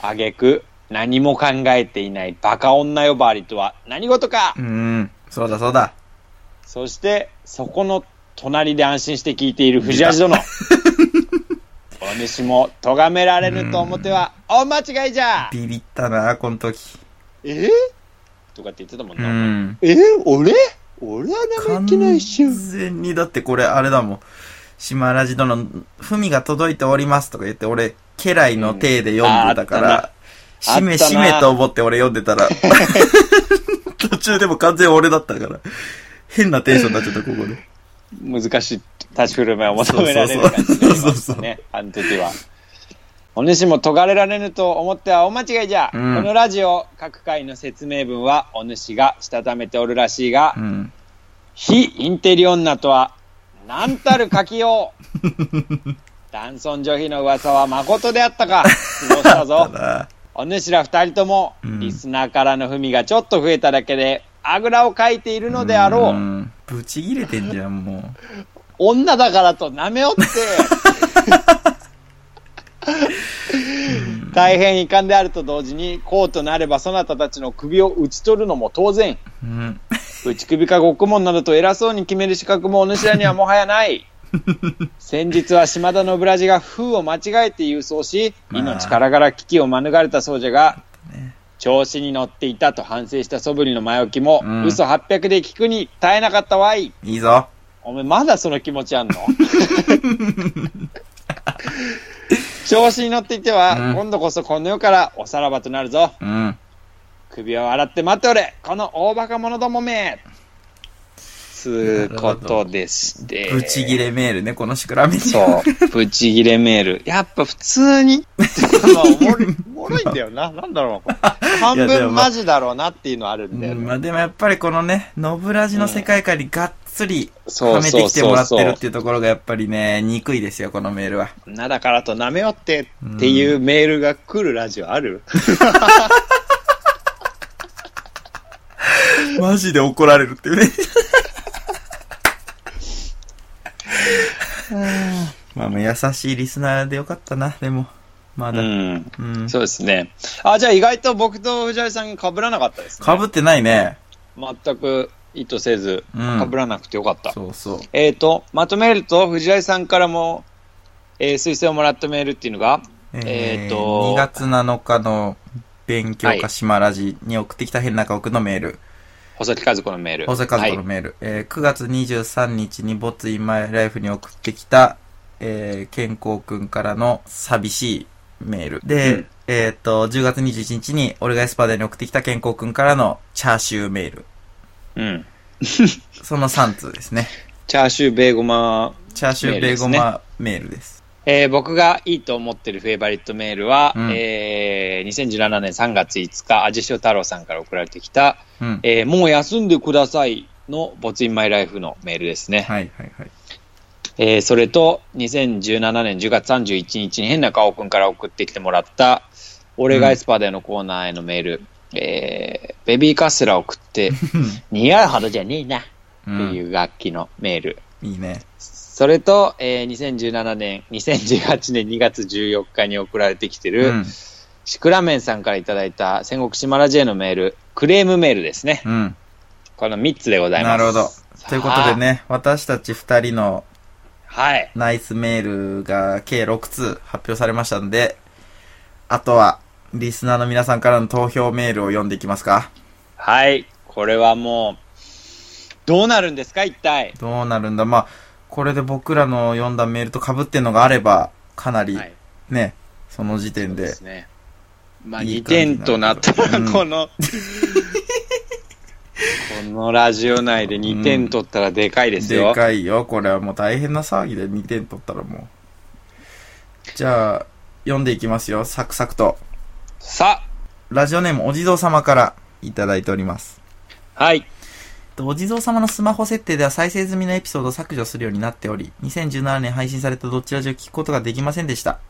挙句、何も考えていないバカ女呼ばわりとは何事か
うん。そうだそうだ。
そして、そこの隣で安心して聞いている藤橋
<laughs>
殿。お主も咎められぬと思っては大間違いじゃ
ビビったな、この時。
えとかって言ってたもん
う
な。
ん。
え俺俺は
完全に、だってこれあれだもん。島ラジ殿の、ふみが届いておりますとか言って、俺、家来の体で読んでたか
うんああ
ら、し
たな
め
あったな
しめと思って俺読んでたら、途中でも完全俺だったから、変なテンションになっちゃった、ここで。
難しい立ち振る舞いを求められる感じになりましたね、あの時は。お主も咎められぬと思っては大間違いじゃ、
うん
このラジオ、各回の説明文はお主がしたためておるらしいが、
うん。
非インテリ女とは、なんたる書きよ
<laughs>
う男尊女卑の噂は誠であったか死亡したぞ
ただ、
お主ら二人とも、
うん
リスナーからの文がちょっと増えただけで、あぐらをかいているのであろう。
ん。ぶち切れてんじゃん、もう。
女だからと舐めおって。大変遺憾であると同時に、こうとなればそなたたちの首を打ち取るのも当然。
うん。
打ち首か獄門などと偉そうに決める資格もお主らにはもは
<laughs>
やない。先日は島田信良が風を間違えて郵送し、
まあ
命からがら危機を免れたそうじゃが、調子に乗っていたと反省した素振りの前置きも、
うん
嘘800で聞くに耐えなかったわい。
いいぞ。
お前まだその気持ち
<laughs>
あんの調子に乗っていては、
うん
今度こそこの世からおさらばとなるぞ。
うん。
首を洗って待っておれこの大バカ者どもめつうことでして。
ぶち切れメールね、このシクラメンに。
そう。ブチギレメール。やっぱ普通に。まあ、おもろい、おもろいんだよな。なんだろう。半
いやでも
分
まあ
マジだろうなっていうのあるんだよ
うん
ね。
まあでもやっぱりこのね、ノブラジの世界観にがっつり
そ
は
う
めて
そう
きて
そ
も
う
らってる
そ
っていうところがやっぱりね、憎いですよ、このメールは。
う。なだからと舐めよってっていうメールが来るラジオある、
<laughs> マジで怒られるっていうね。 <laughs> まあまあ優しいリスナーでよかったな、でも。ま
う
だ。
ん。
うん。
そうですね。あ、じゃあ意外と僕と藤井さん被らなかったですね。
かぶってないね。
全く意図せず、
うん
被らなくてよかった。
そうそう。
えー、と、まとめると、藤井さんからも、えー推薦をもらったメールっていうのが、えー
2
と
月7日の勉強
は
家
い
島ラジに送ってきた変な家屋のメール。
細木和子のメール。
大阪和子のメール、えー9月23日にボツインマイライフに送ってきた、えー、健康くんからの寂しいメール。で、
うん
えっと、10月21日に俺がエスパーでに送ってきた健康くんからのチャーシューメール。
はい。うん。
その3通ですね。
チャーシューベーゴマ
チャーシューベーゴマメールです。
えー僕がいいと思ってるフェイバリットメールは、
うん
えー2017年3月5日、味塩太郎さんから送られてきた、
うん。
えーもう休んでくださいの、ボツインマイライフのメールですね。
はいはい
<laughs>
はい。
えーそれと、2017年10月31日に変な顔くんから送ってきてもらった、俺がエスパーでのコーナーへのメール、えーベビーカステラを送
<laughs>
って、似合うほどじゃねえな、っていう楽器のメール。
いいね。
それと、えー2017年、2018年2月14日に送られてきてる、
うん。
シクラメンさんからいただいた戦国島ラジへのメール、クレームメールですね。
うん。
この3つでござい
な
ます。
るほど。ということで
さ
ね、私たち2人の
あ。はい。
ナイスメールが計6通発表されましたんで、あとは、リスナーの皆さんからの投票メールを読んでいきますか。
はい。これはもう、どうなるんですか、一体。
どうなるんだまあ、これで僕らの読んだメールと被ってんのがあれば、かなり、
はい。
ね、その時点
そうで
です
ね。まあ、
いい
2
感じに
点となったら、
うん
この、こ <laughs> のラジオ内で2点取ったらでかいで
です
よ。
かいよ。これはもう大変な騒ぎで2点取ったらもう。じゃあ、読んでいきますよ。サクサクと。
さ
ラジオネームお地蔵様からいただいております。
あ、はい。
お地蔵様のスマホ設定では再生済みのエピソードを削除するようになっており、2017年配信されたどちらジを聞くことができませんでした。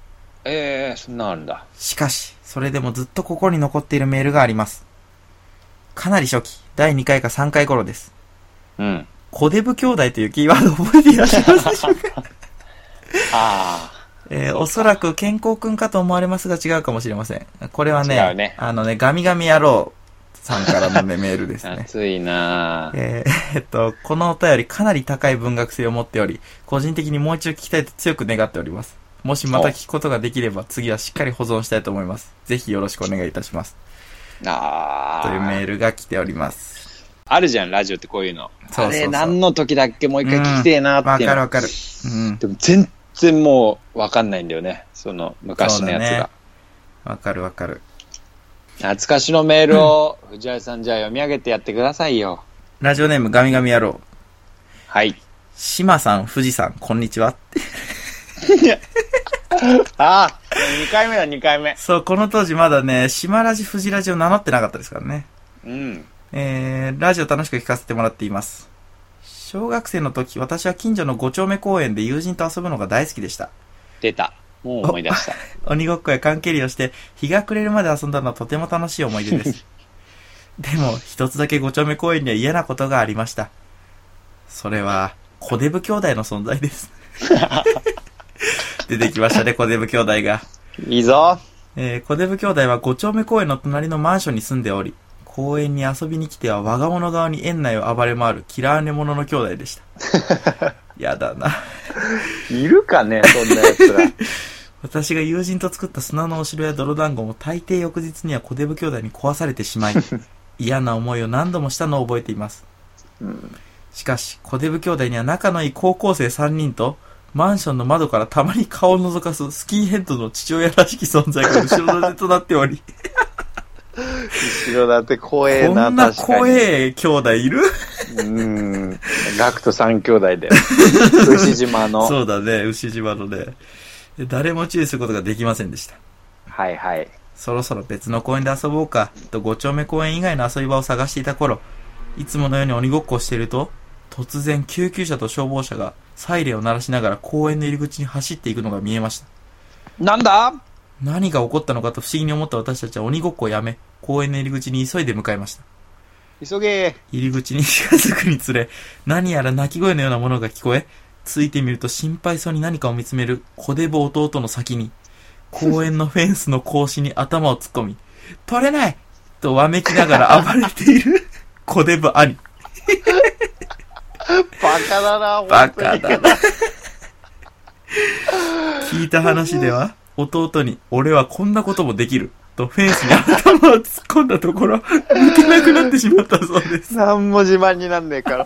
えー、そんなんあるんだ。
しかし、それでもずっとここに残っているメールがあります。かなり初期、第2回か3回頃です。
うん。
コデブ兄弟というキーワードを覚えていらっしゃいます
<laughs>
でしょうか
あ
えーおそらく健康くんかと思われますが違うかもしれません。これはね、
違うね
あのね、ガミガミ野郎さんからの、ね、メールです
あ、
ね。
熱
<laughs>
いなあ
えーえっと、このお便りかなり高い文学性を持っており、個人的にもう一度聞きたいと強く願っております。もしまた聞くことができれば、次はしっかり保存したいと思います。ぜひよろしくお願いいたします。
あ
というメ
あ
ールが来ております。
あるじゃん、ラジオってこういうの。
そうそうそう
あれ、何の時だっけもう一回聞きてえな
わか
っていう
る
の
わかる。うん。
でも全然もう分かんないんだよね。その昔のやつ
そうだ
が。
ねわかるわかる。
懐かしのメールを藤原さんじゃあ読み上げてやってくださいよ。
ラジオネームガミガミ野郎。
はい。
シマさん、富士さん、こんにちは。
ああ、2回目だ、2回目。
そう、この当時まだね、シマラジ、富士ラジを名乗ってなかったですからね。
うん。
えー、ラジオ楽しく聞かせてもらっています。小学生の時、私は近所の5丁目公園で友人と遊ぶのが大好きでした。
出た。もう思い出した。
鬼ごっこや缶蹴りをして、日が暮れるまで遊んだのはとても楽しい思い出です。でも、一つだけ5丁目公園には嫌なことがありました。それは、コデブ兄弟の存在です。出てきましたね、コデブ兄弟が。
いいぞ。
えー、コデブ兄弟は五丁目公園の隣のマンションに住んでおり、公園に遊びに来ては我が物側に園内を暴れ回る嫌われ者の兄弟でした。
<laughs>
やだな。
いるかね、そんなやつら。
私が友人と作った砂のお城や泥団子も大抵翌日にはコデブ兄弟に壊されてし
<laughs>
まい、嫌な思いを何度もしたのを覚えています。
うん
しかし、コデブ兄弟には仲のいい高校生3人と、マンションの窓からたまに顔を覗かすスキンヘッドの父親らしき存在が後ろ盾となっており、
後ろだって怖え
こ <laughs>
な、
んな
確か
怖
に。
え兄弟いる
うん。ガクト3兄弟
<laughs>
で。牛島の。
そうだね、牛島のね。で誰も注意することができませんでした。
はいはい。
そろそろ別の公園で遊ぼうか、と五丁目公園以外の遊び場を探していた頃、いつものように鬼ごっこをしていると、突然救急車と消防車がサイレンを鳴らしながら公園の入り口に走っていくのが見えました。
なんだ
何が起こったのかと不思議に思った私たちは鬼ごっこをやめ、公園の入り口に急いで向かいました。
急げ
入り口に近づくにつれ、何やら泣き声のようなものが聞こえ、ついてみると心配そうに何かを見つめる小デブ弟の先に、公園のフェンスの格子に頭を突っ込み、取れないとわめきながら暴れている <laughs> 小デブ兄。
バカだな、
バ
本当
カ
に
だな。聞いた話では、弟に、俺はこんなこともできる。とフェンスに頭を突っ込んだところ、抜けなくなってしまったそうです。
何も自慢になんねえから。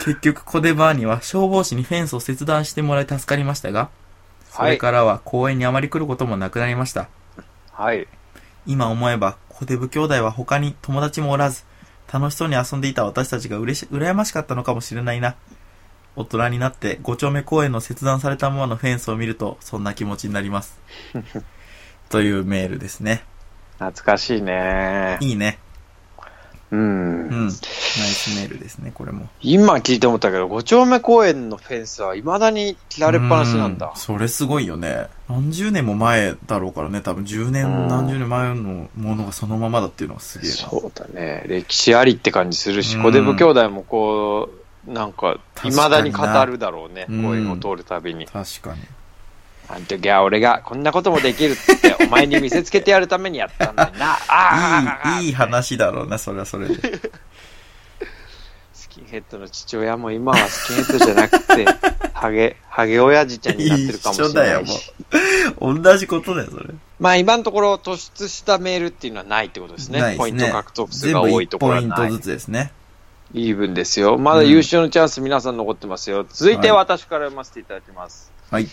結局コデバーニは消防士にフェンスを切断してもらい助かりましたが、それからは公園にあまり来ることもなくなりました。
はい。
今思えば、コデブ兄弟は他に友達もおらず、楽しそうに遊んでいた私たちがうれし、羨ましかったのかもしれないな。大人になって五丁目公園の切断されたままのフェンスを見ると、そんな気持ちになります。というメールですね。
懐かしいね。
いいね。う
う。
んん。ナイスメールですね、これも。
今聞いて思ったけど、五丁目公園のフェンスは未だに切られっぱなしなん
う
だ。
それすごいよね。何十年も前だろうからね、多分10年、
うん
何十年前のものがそのままだっていうのがすげえな。
そうだね。歴史ありって感じするし、
うん
コデブ兄弟もこう、なんか、
確
未
かにな
だに語るだろうね。
うん
公園を通るたびに。
確かに。
あの時は俺がこんなこともできるって、
<laughs>
お前に見せつけてやるためにやったんだよな。ああああああ
いい、いい話だろうな、それはそれで。
スキンヘッドの父親も今はスキンヘッドじゃなくて、ハゲ、ハゲ親父ちゃんになってるかもしれないし。
同じことだよ、それ。
まあ今のところ突出したメールっていうのはないってことですね。
ないですね
ポイント獲得数
全
が
部
多い
1
ところ
ポ
は
イン
な
ト
い
ず。つですね。
イーブンですよ。まだ優勝のチャンス皆さん残ってますよ。続いて私から読ませていただきます。
はい。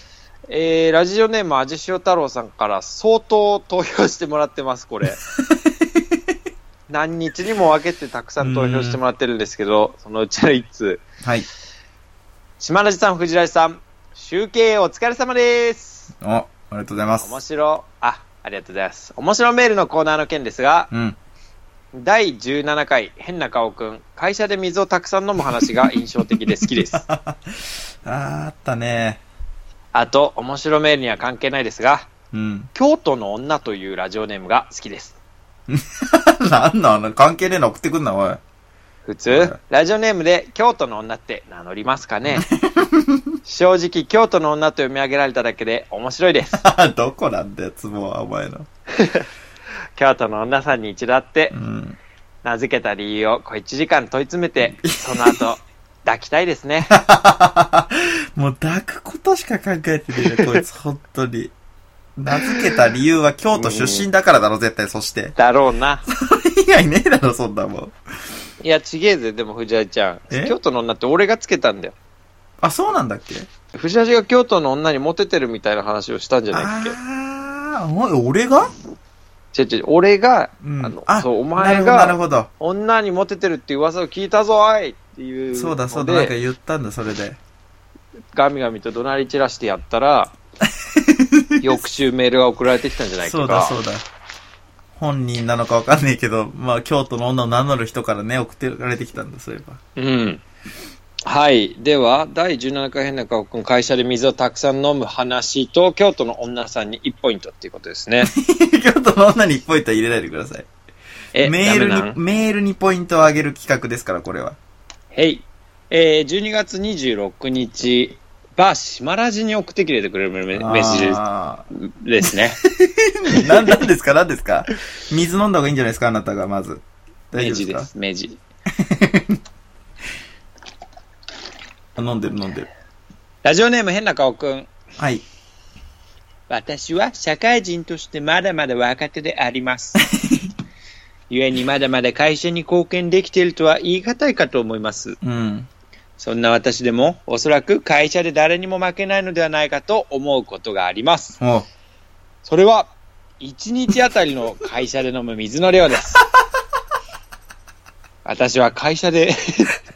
えー、ラジオネーム、味塩太郎さんから相当投票してもらってま
<laughs>
す、これ。何日にも分けてたくさん投票してもらってるんですけど、そのうちの一通。
はい。
島ラジさん、藤ラジさん、集計お疲れ様です。
お、ありがとうございま
面
す。
白、あ、ありがとうございます。面白メールのコーナーの件ですが、
うん。
第17回、変な顔くん、会社で水をたくさん飲む話が印象的で好きです。
あーあったね。
あと、面白メールには関係ないですが、
うん。
京都の女というラジオネームが好きです。
なんなの関係ねえの送ってくんな、おい。
普通、ラジオネームで京都の女って名乗りますかね正直、京都の女と読み上げられただけで面白いです。
どこなんだよ、ツボは、お前の。
京都の女さんに一度会って
う、ん。
名付けた理由を小1時間問い詰めて、その後、抱きたいですね。
もう抱くことしか考えてねえよ、こいつ、本当に。 <laughs> 名付けた理由は京都出身だからだろ、絶対、そして。
だろうな。
以外ねえだろ、そんなもん。
いや、ちげえぜ、でも藤原ちゃん。
え
京都の女って俺がつけたんだよ。
あ、そうなんだっけ
藤原が京都の女にモテてるみたいな話をしたんじゃないっけ
あー、お前俺が
違う違う、俺が、
うん
あの
あ
そう、お前
なる
が、
ほど、なる
女にモテてるっていう噂を聞いたぞ、おいっていう
ほ
の
ど。
で。
そうだ、そうだ、なんか言ったんだ、それで。
ガミガミと怒鳴り散らしてやっ
<laughs>
たら、翌週メールが送られてきたんじゃないか
そうだ、そうだ。本人なのかわかんないけど、まあ、京都の女を名乗る人からね、送ってられてきたんだ、そういえば。 <laughs>
うん。はい。では、第17回変な顔くん、会社で水をたくさん飲む話と、京都の女さんに1ポイントっていうことですね。
京都の女にポイントは入れないでください。<laughs>
え、
メール
ダメな
に、
ん
メールにポイントをあげる企画ですから、これは。
へい。えー、12月26日、バーシマラジに送ってきてくれるメメッセー
あー
ジですね。
な、なんですかなんですか水飲んだ方がいいんじゃないですかあなたが、まず。 <laughs> 大
明
丈
治
夫
で
です
す、明治。
か飲んでる飲んでる。
ラジオネーム変な顔くん。
はい。
私は社会人としてまだまだ若手であり
<laughs>
ます。故にまだまだ会社に貢献できているとは言い難いかと思います。
うん。
そんな私でもおそらく会社で誰にも負けないのではないかと思うことがあります。
おう
それは1日あたりの会社で飲む水の量です。
<laughs>
私は会社で、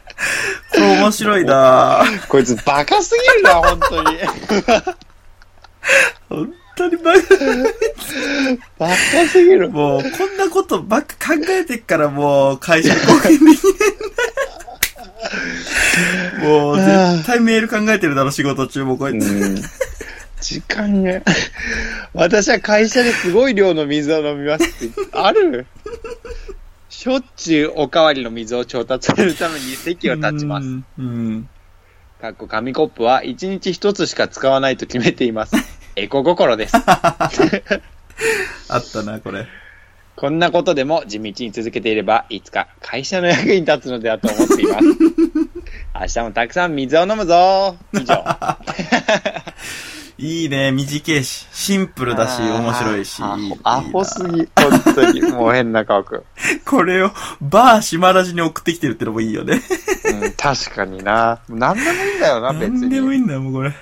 <laughs>
これ面白いなぁ。
こいつバカすぎるな、本当に。
本当にバカ。
バカすぎる。
もう、こんなことばっか考えてっから、もう、会社に貢献できないんだよ。もう、絶対メール考えてるだろ、仕事中もこいつ。
時間が。私は会社ですごい量の水を飲みますって、あるしょっちゅうおかわりの水を調達するために席を立ちます
う。ん。うん。
かっこ紙コップは1日1つしか使わないと決めています。エコ心です。
あったな、これ。
こんなことでも地道に続けていれば、いつか会社の役に立つのではと思ってい <laughs> ます。明日もたくさん水を飲むぞ以上。
いいね、短いし、シンプルだし、面白いし。
あ
いい
ー
いいな
アホアホすぎ、本当に。もう変な顔くん。う
これを、バー島ラジに送ってきてるってのもいいよね。
ん、確かにな。何でもいいんだよな、別
なん
に。
でもいいんだよ、もうこれ。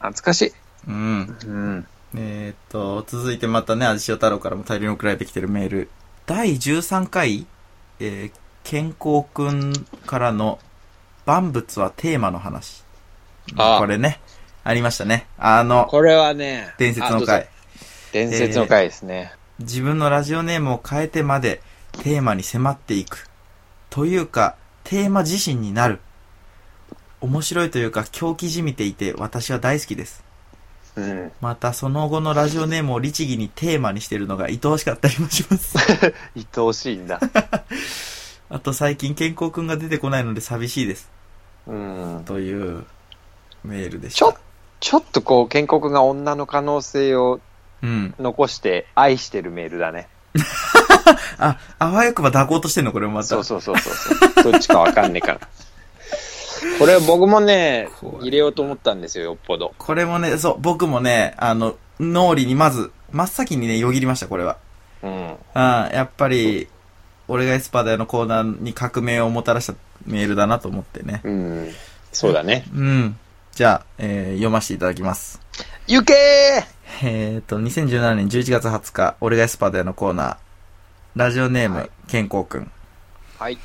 懐かしい。
うん。
うん。
えーっと、続いてまたね、味塩太郎からも大量に送られてきてるメール。第13回、えー、健康くんからの、万物はテーマの話。
ああ
これね、ありましたね。あの、
これはね、
伝説の
あ。どうぞ
回。
伝説の回ですね。
自分のラジオネームを変えてまで、テーマに迫っていく。というか、テーマ自身になる。面白いというか、狂気じみていて、私は大好きです。
うん。
またその後のラジオネームを律儀にテーマにしてるのが愛おしかったりもし
<laughs>
ます。
愛おしいんだ。
あと最近健康くんが出てこないので寂しいです。
うん。
というメールでし
ちょ
た
っ。ちょっとこう、建国が女の可能性を
うん。
残して愛してるメールだね。
あ、あわよくば抱こうとしてんのこれもまた。
そうそうそうそうそう。どっちかわかんねえから。これ僕もね
怖、い
入れようと思ったんですよ、よっぽど。
これもね、そう、僕もね、あの、脳裏にまず、真っ先にね、よぎりました、これは。
うん。
うん、やっぱり、俺がエスパーだよのコーナーに革命をもたらしたメールだなと思ってね。
うん。そうだね。
うん。じゃあ、えー読ませていただきます。
ゆけ
えっ、と、2017年11月20日、俺がエスパーだよのコーナー、ラジオネーム、
はい
健康くん。
ーはい。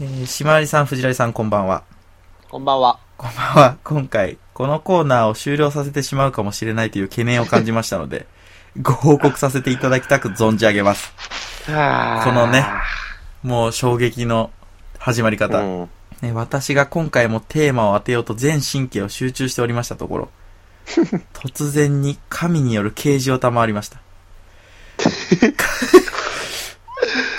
えー、しまわりさん、藤らりさん、こんばんは。
こんばんは。
こんばんは。 <laughs> 今回、このコーナーを終了させてしまうかもしれないという懸念を感じましたので、ご報告させていただきたく存じ上げます。
こ
の
の
ねもう衝撃の始まり方、
うん。
ね私が今回もテーマを当てようと全神経を集中しておりましたところ、突然に神による啓示を賜りました。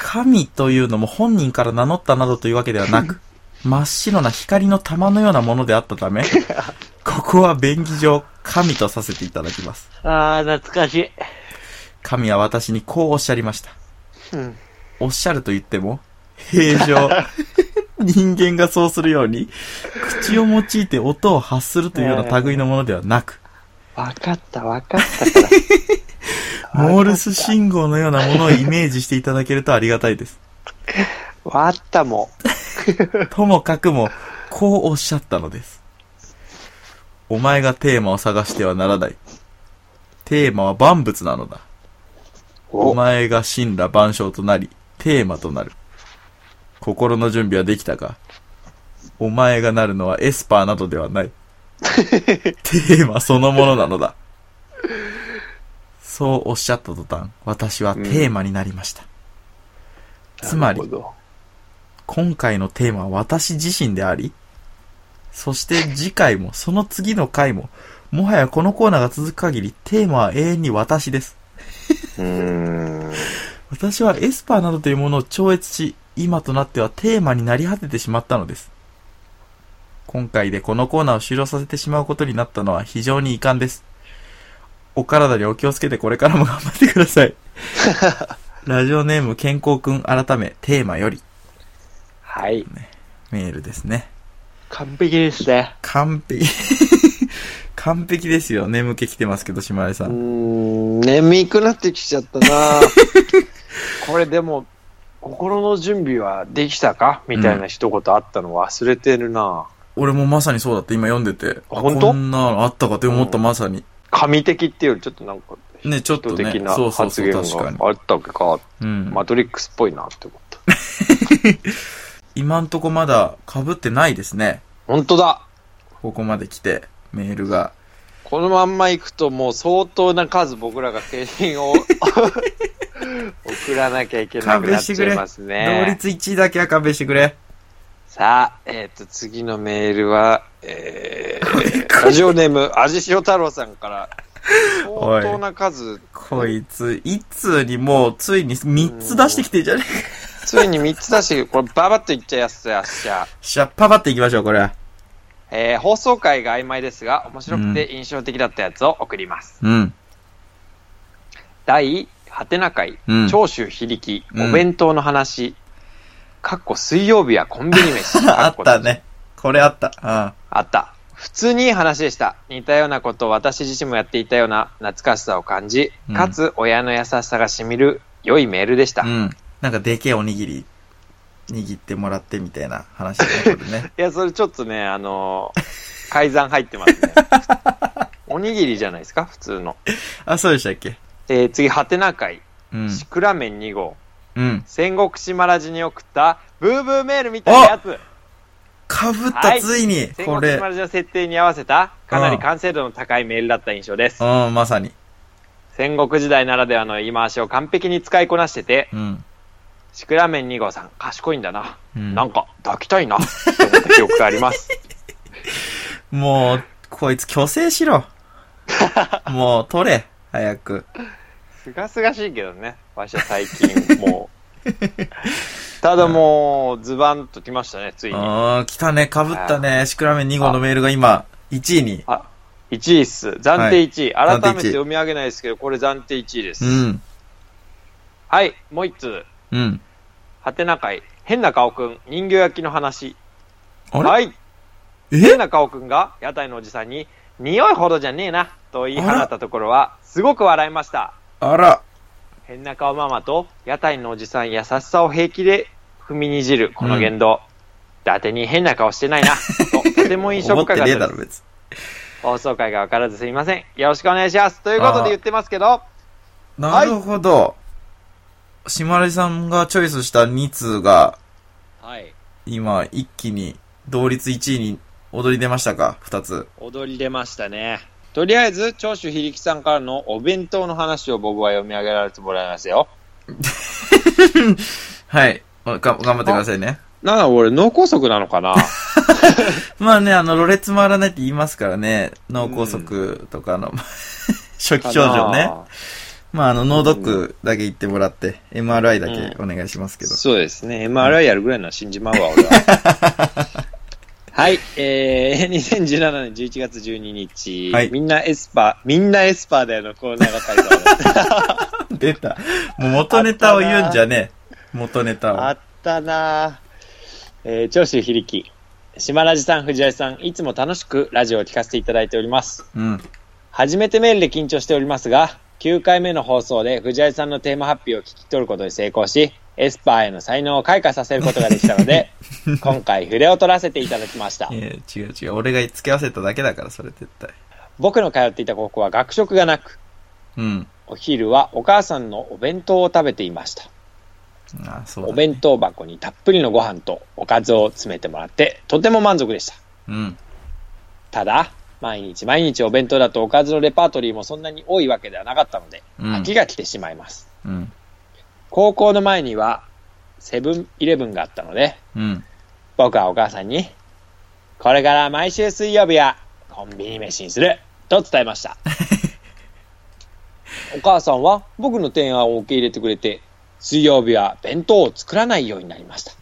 神というのも本人から名乗ったなどというわけではなく、真っ白な光の玉のようなものであったため、ここは便宜上、神とさせていただきます。
あー、懐かしい。
神は私にこうおっしゃりました。
うん。
おっしゃると言っても、平 <laughs> 常。人間がそうするように、口を用いて音を発するというような類のものではなく、
わかった、わかったから。
モールス信号のようなものをイメージしていただけるとありがたいです。 <laughs>
わかったも
ともかくも、こうおっしゃったのです。お前がテーマを探してはならない。テーマは万物なのだ。
ん。
お前が神羅万象となり、テーマとなる。心の準備はできたかお前がなるのはエスパーなどではない。テーマそのものなのだ。そうおっしゃった途端、私はテーマになりました。つまり
なるほど
今回のテーマは私自身であり、そして次回も、その次の回も、もはやこのコーナーが続く限り、テーマは永遠に私です。
うーん。
私はエスパーなどというものを超越し、今となってはテーマになり果ててしまったのです。今回でこのコーナーを終了させてしまうことになったのは非常に遺憾です。お体にお気をつけてこれからも頑張ってくだ
<laughs>
さい。ラジオネーム健康くん改めテーマより
はい。
メールですね。
完璧ですね。
完璧。 <laughs> 完璧ですよ。眠気来てますけど、島根さ
うー
ん。
ん、眠くなってきちゃっ
<laughs>
たなこれでも、心の準備はできたかみたいな一言あったの忘れてるな
俺もまさにそうだって今読んでて。あ
本当
こんなのあったかって思った、
うん
まさに。
神的っていうよりちょっとなんか、
ねちょっと
人
ね
的な
そうそう
発
そう
言が
確かに
あったわけか、
うん。
マトリックスっぽいなって思った。
今んとこまだ被ってないですね。
本当だ
ここまで来て、メールが。
このまんま行くともう相当な数僕らが景品を <laughs> 送らなきゃいけな
勘
くな
弁
っ
して
ち
く
ゃ
れ。
い
同
ますね。
率1位だけは勘弁してくれ。
さあ、えっ、と、次のメールは、え
<laughs>
ー、ラジオネーム、味塩太郎さんから、
おい
相当な数、
こいつ、いつにもうついに3つ出してきてんじゃねえか。
ついに3つ出して、これババッといっちゃいやすよ、っしゃ。
しゃ、パパっていきましょう、これは。
えー放送回が曖昧ですが、面白くて印象的だったやつを送ります。
うん。
第、はてな会、
うん
長州非き
うん
お弁当の話、かっこ水曜日はコンビニ飯。
<laughs> あ
か
っ
こ
た。ね。これあった。
あった。普通にいい話でした。似たようなことを私自身もやっていたような懐かしさを感じ
う、ん
かつ親の優しさがしみる良いメールでした。
うん。
い
うん。なんかでけえおにぎり、握ってもらってみたいな話だね、これ <laughs> ね。
や、それちょっとね、あのー改ざん入ってます
<laughs>
ね。おにぎりじゃないですか、普通の。
あ、そうでしたっけ
えー次、はてな会、
うん。
シクラメン2号。
うん。
戦国島ラジに送ったブーブーメールみたいなやつ
かぶった、
はい
ついに
戦
こ
国
れ。
島ラジの設定に合わせたかなり完成度の高いメールだった印象です
うん、まさに。
戦国時代ならではの言い回しを完璧に使いこなしてて
うん。
シクラメン2号さん賢いんだな、
うん
なんか抱きたいなって思った記憶があります
<laughs> もう、こいつ虚勢し
<laughs>
ろ。もう、取れ。早く。
すがすがしいけどねわしは最近もう <laughs> ただもうズバンときましたねついに
あー、来たね、かぶったね。シクラメン2号のメールが今、1位に。
1位っす暫定1位、
はい
改
暫定
めて
一位
読み上げないですけどこれ暫定1位です、
うん。
はいもう1通
うん。
はてな会、変な顔くん、人形焼きの話。
あれ
はい。変
え
な顔くんが、屋台のおじさんに、匂いほどじゃねえな、と言い放ったところは、すごく笑いました。
あら。
変な顔ママと、屋台のおじさん優しさを平気で踏みにじる、この言動。伊達に変な顔して <laughs> ないな、と、とても印象
思
深
っ
かって
ね
たで
えだろ、
す。
別に。
放送回がわからずすいません。よろしくお願いします。ということで言ってますけど、
なるほど。島根さんがチョイスした2通が、
はい。
今、一気に、同率1位に踊り出ましたか ?2 つ。
踊り出ましたね。とりあえず、長州秀樹さんからのお弁当の話を僕は読み上げられてもらいますよ。
はい。おが頑張ってくださいね。
<laughs> なんだ俺、脳梗塞なの <laughs> かな
まあね、あの、ろれつ回らないって言いますからね。脳梗塞とかの、 <laughs> 初期症状ね。まあ、あの、脳ドックだけ行ってもらって、MRI だけお願いしますけど。
そうですね。MRI やるぐらいなら信じまうわ、俺は。
<laughs>
はい、えー、2017年11月12日、
はい
みんなエスパー、みんなエスパーだよのコーナーが開
<laughs>
催された
出た。もう元ネタを言うんじゃねえ。元ネタを。
あったなぁえー、長州秀樹、島ラジさん、藤井さん、いつも楽しくラジオを聞かせていただいております。
うん。
初めてメールで緊張しておりますが、9回目の放送で藤井さんのテーマ発表を聞き取ることに成功し、エスパーへの才能を開花させることができた
<laughs>
ので、今回筆を取らせていただきました
い。や、違う違う。俺が付き合わせただけだから、それ絶対。
僕の通っていた高校は学食がなく、
うん。
お昼はお母さんのお弁当を食べていました。
あ、そうだ。
お弁当箱にたっぷりのご飯とおかずを詰めてもらって、とても満足でした。
うん。
ただ、毎日毎日お弁当だとおかずのレパートリーもそんなに多いわけではなかったので、
うん
飽きが来てしまいます。
うん。
高校の前にはセブンイレブンがあったので、
うん。
僕はお母さんに、これから毎週水曜日はコンビニ飯にすると伝え
<laughs>
ました。お母さんは僕の提案を受け入れてくれて、水曜日は弁当を作らないようになりました。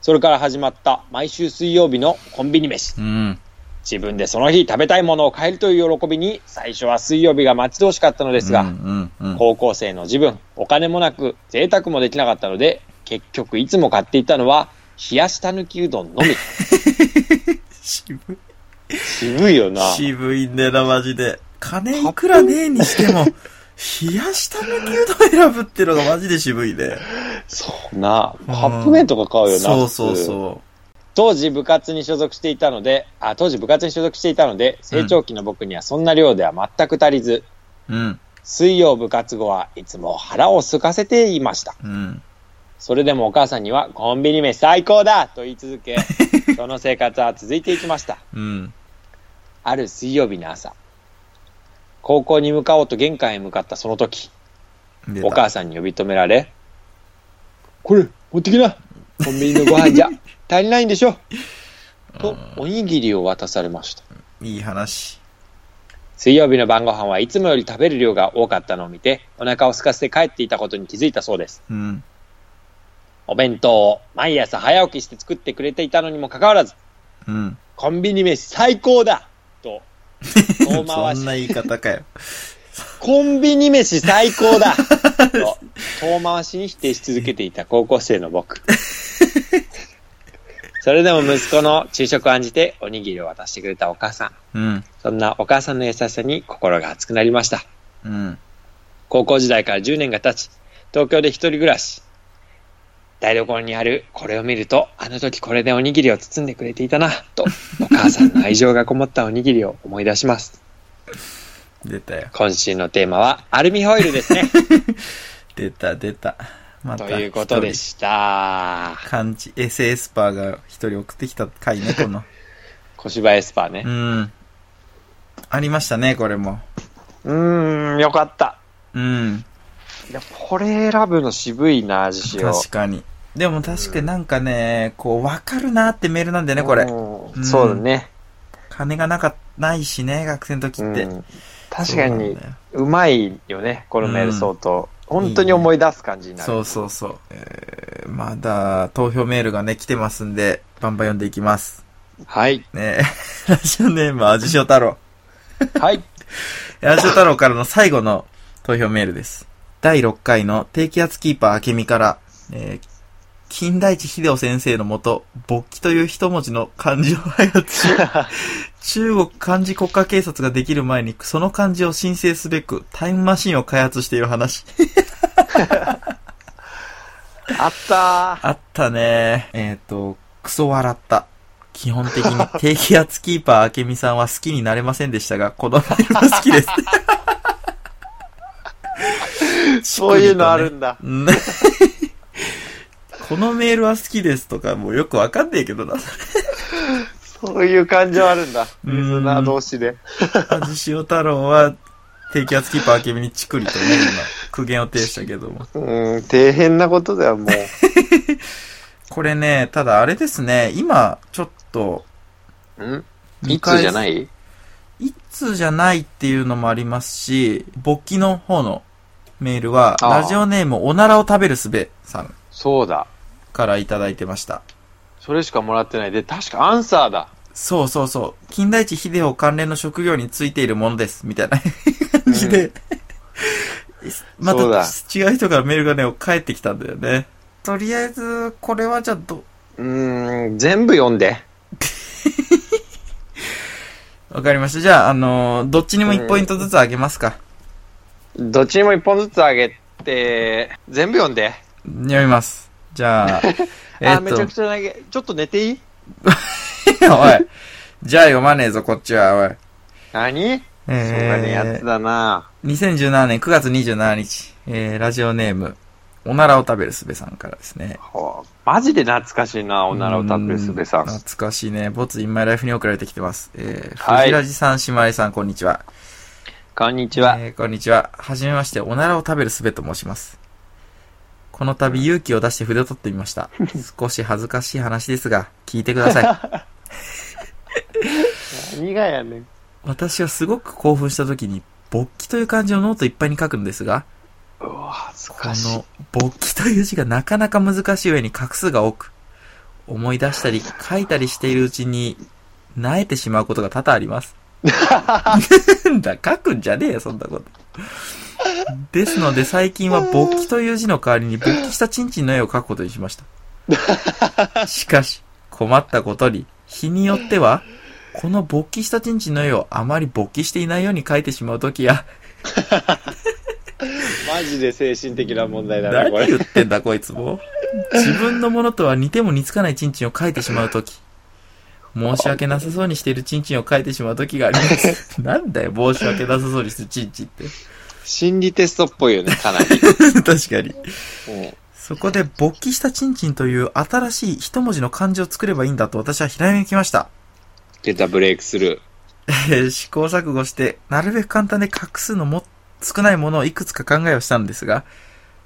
それから始まった毎週水曜日のコンビニ飯。
うん。
自分でその日食べたいものを買えるという喜びに、最初は水曜日が待ち遠しかったのですが、
うん。うん。
高校生の自分、お金もなく、贅沢もできなかったので、結局いつも買っていたのは、冷やしたぬきうどんのみ。
<laughs> 渋い。
渋いよな。
渋いんだよな、マジで。金いくらねえにしても、冷やした抜きうどん選ぶってのがマジで渋いね。
そうな。カップ麺とか買うよな。
そうそう
普通
そ
当時部活に所属していたので、あ、当時部活に所属していたので、成長期の僕にはそんな量では全く足りず、
う。うん。
水曜部活後はいつも腹を空かせていました。
うん。
それでもお母さんには、コンビニ飯最高だと言い続
<laughs>
け、その生活は続いていきました。
うん。
ある水曜日の朝、高校に向かおうと玄関へ向かったその時、
出た
お母さんに呼び止められ、これ、持ってきなコンビニのご飯 <laughs> じゃ、足りないんでしょと、おにぎりを渡されました。
いい話。
水曜日の晩ご飯はいつもより食べる量が多かったのを見て、お腹を空かせて帰っていたことに気づいたそうです。
うん。
お弁当を毎朝早起きして作ってくれていたのにもかかわらず、
うん。
コンビニ飯最高だと、遠
そ
回
ん
し
な言い方かよ。
コンビニ飯最高だと、遠回しに否定し続けていた高校生の僕。それでも息子の昼食を案じておにぎりを渡してくれたお母さん。
うん。
そんなお母さんの優しさに心が熱くなりました。
うん。
高校時代から10年が経ち、東京で一人暮らし。台所にあるこれを見ると、あの時これでおにぎりを包んでくれていたな、と、お母さんの愛情がこもったおにぎりを思い出します。
出たよ。
今週のテーマはアルミホイルですね。
出た、出た。また。
ということで。した。
漢字、エセエスパーが一人送ってきた回ね、
<laughs>
この。
小芝エスパーね
う。ん。ありましたね、これも。
うーん、よかった。
うん。
いや、これ選ぶの渋いな、自信を。
確かに。でも確かになんかね、こう、わかるなってメールなんだよね、これ。
うん
うん
そうだね。
金がなか、ないしね、学生の時
う
って。
ん確か
そうなん
に
だ、よ
うまいよね、このメール相当。本当に思い出す感じになる。
そうそうそう。えーまだ、投票メールがね、来てますんで、バンバン読んでいきます。
はい。
ね <laughs> え、ラジオネーム、あじしお太郎。
はい。
ラジオ太郎からの最後の投票メールです。第6回の低気圧キーパーあけみから、えー、金田一秀夫先生のもと、勃起という一文字の漢字を操り、中国漢字国家警察ができる前に、その漢字を申請すべく、タイムマシンを開発している話。<laughs>
あった
あったね。えっ、と、クソ笑った。基本的 <laughs> に低気圧キーパーあけみさんは好きになれませんでしたが、子供よりも好き <laughs> です。
ー。そういうのあるんだ。
うん <laughs> このメールは好きですとか、もうよくわかんねえけどな。
そういう感情あるんだ。
う
リ
ん
ズナー同士で。
味塩太郎は、低気圧キーパーあけみにチクリとね、今、苦言を呈したけども。
うん、底辺なことだよ、もう。
これね、ただあれですね、今、ちょっと、
うん
見返す
い
一通じゃないっていうのもありますし、勃起の方のメールは、
ああ
ラジオネームおならを食べるすべさん
そうだ。
からいただいてました。
それしかもらってない。で、確かアンサーだ。
そうそうそう。金田一秀夫関連の職業についているものです。みたいな <laughs> 感じで。また
そうだ
違う人からメールがね、返ってきたんだよね。とりあえず、これはじゃあど、
うーん、全部読んで。
わかりました。じゃあ、あのーどっちにも1ポイントずつあげますか。
どっちにも一本ずつあげて、全部読んで。
読みます。じ
<laughs>
ゃあ、え
あ、
っ
めち
と
ゃく、ちゃ投げ。ちょっと寝ていい
<laughs> おい。じゃあ読まねえぞ、こっちは、おい。
何、そうだね、や
え
つ
ー、
だな。
2017年9月27日、えー、ラジオネーム、おならを食べるすべさんからですね。
ほうマジで懐かしいな、おならを食べるすべさん
う。懐かしいね。ボツインマイライフに送られてきてます。えー、
はい
藤ラジさん、姉妹さん、こんにちは。
こんにちは。
えーこんにちは。はじめまして、おならを食べるすべと申します。この度、勇気を出して筆を取ってみま
<laughs>
した。少し恥ずかしい話ですが、聞いてください。
何がやねん。
私はすごく興奮した時に、勃起という漢字をノートいっぱいに書くのですが、
うわ、恥ず
こ
かしい
の。勃起という字がなかなか難しい上に画数が多く、思い出したり書いたりしているうちに、萎えてしまうことが多々あり
<laughs>
ます。 <laughs> なんだ、書くんじゃねえよ、そんなこと。ですので最近は勃起という字の代わりに勃起したチンチンの絵を描くことにしま
<laughs>
した。しかし、困ったことに、日によっては、この勃起したチンチンの絵をあまり勃起していないように描いてしまうときや、
マジで精神的な問題だね、
何
これ。
言ってんだこいつも自分のものとは似ても似つかないチンチンを書いてしまうとき申し訳なさそうにしているチンチンを書いてしまうときがあります
<laughs>
なんだよ申し訳なさそうにするチンチンって
心理テストっぽいよね、
<laughs>
かなり。
確かに
うん
そこで勃起したチンチンという新しい一文字の漢字を作ればいいんだと私はひらめきました
出たブレイクスル
えー試行錯誤して、なるべく簡単で画数のも少ないものをいくつか考えをしたんですが、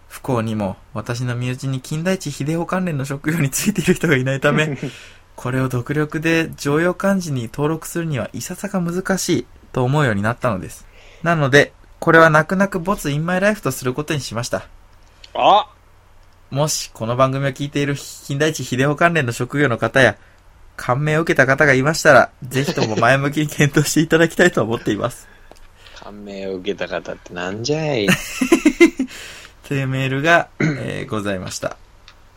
不幸にも私の身内に金田一秀夫関連の職業についている人がいないため、これを独力で常用漢字に登録するにはいささか難しいと思うようになったのです。なので、これは泣く泣く没インマイライフとすることにしました。
あ
もし、この番組を聞いている金田一秀夫関連の職業の方や、感銘を受けた方がいましたら、ぜひとも前向きに検討していただきたいと思っています。
感銘を受けた方ってなんじゃい
というメールが、えーございました。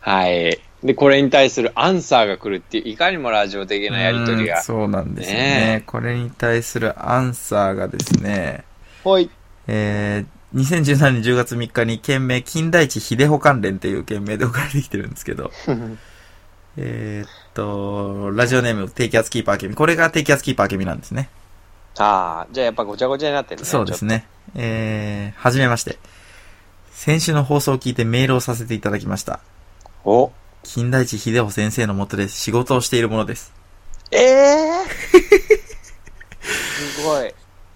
はい。で、これに対するアンサーが来るっていう、いかにもラジオ的なやりとり
う
が
ん。そうなんですよね
ね
これに対するアンサーがですね、
ほい。
えー、2017年10月3日に件名、金田一秀穂関連という件名で送られてきてるんです
<laughs>
けど、えーっと、ラジオネーム、低気圧キーパーケミ。これが低気圧キーパーケミなんですね。
ああ、じゃあやっぱごちゃごちゃになってるね。
そうです
ね。
ね。えー、はじめまして。先週の放送を聞いてメールをさせていただきました。
お
金田一秀夫先生のもとで仕事をしているものです。
ええすごい。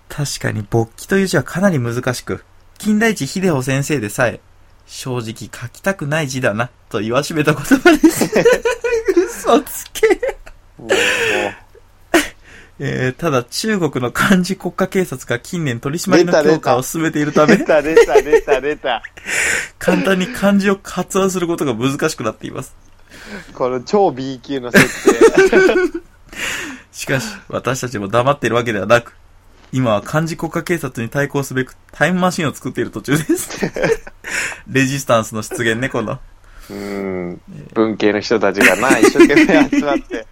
確かに勃起という字はかなり難しく、金田一秀夫先生でさえ、正直書きたくない字だな、と言わしめた言葉です。 <laughs> 嘘つけ。
もうも
えー、ただ中国の漢字国家警察が近年取り締まりの
出た出た
強化を進めているた
う
め
<laughs> 出、た出た出た出た。
簡単に漢字を発音することが難しくなっています。
この超 B 級の設定。
しかし、私たちも黙っているわけではなく、今は漢字国家警察に対抗すべくタイムマシンを作っている途中
<laughs>
です。レジスタンスの出現ね、この。
<laughs> うーん。文系の人たちがな、一生懸命集ま <laughs> って。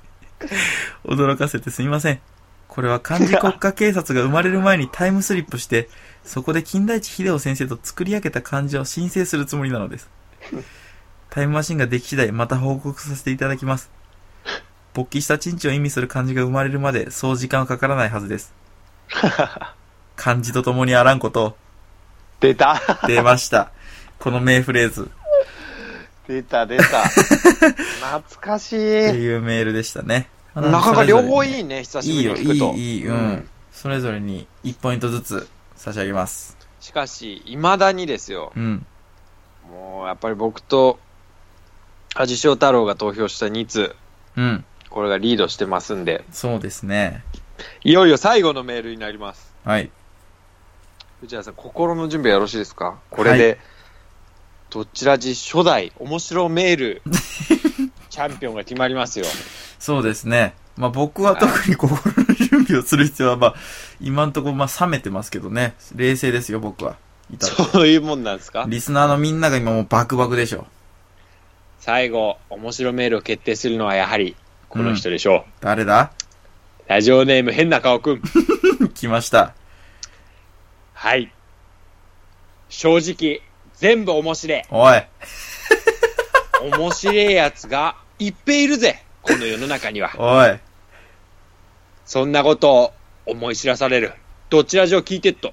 驚かせてすみません。これは漢字国家警察が生まれる前にタイムスリップして、そこで金田一秀夫先生と作り上げた漢字を申請するつもりなのです。タイムマシンができ次第また報告させていただきます。勃起したチンチを意味する漢字が生まれるまでそう時間はかからないはずです。漢字とともにあらんことを
出た
出ました。この名フレーズ
出た出た。懐かし
って
い。
いうメールでしたね。
なかなか両方い
い
いね、久しぶ
いい
り
よ、
に
い
聞くと。
い、いい、うん。それぞれに1ポイントずつ差し上げます。
しかし、未だにですよ。
うん。
もう、やっぱり僕と、味塩太郎が投票した2通、
うん。
これがリードしてますんで、
そうですね。
いよいよ最後のメールになります。
はい。
藤原さん、心の準備はよろしいですかこれで、
は
どちらじ初代面白メールチャンピオンが決まりますよ。
そうですね。まあ僕は特に心の準備をする必要は、まあ、今んとこまあ冷めてますけどね。冷静ですよ、僕は。いた
そういうもんなんですか
リスナーのみんなが今もうバクバクでしょ。
最後、面白メールを決定するのはやはり、この人でしょう。
誰だ
ラジオネーム変な顔くん。
来ました。
はい。正直、全部面白い。
おい。
面白いやつがいっぺいいるぜ。この世の中には。
おい。
そんなことを思い知らされる。どちらじを聞いてっと。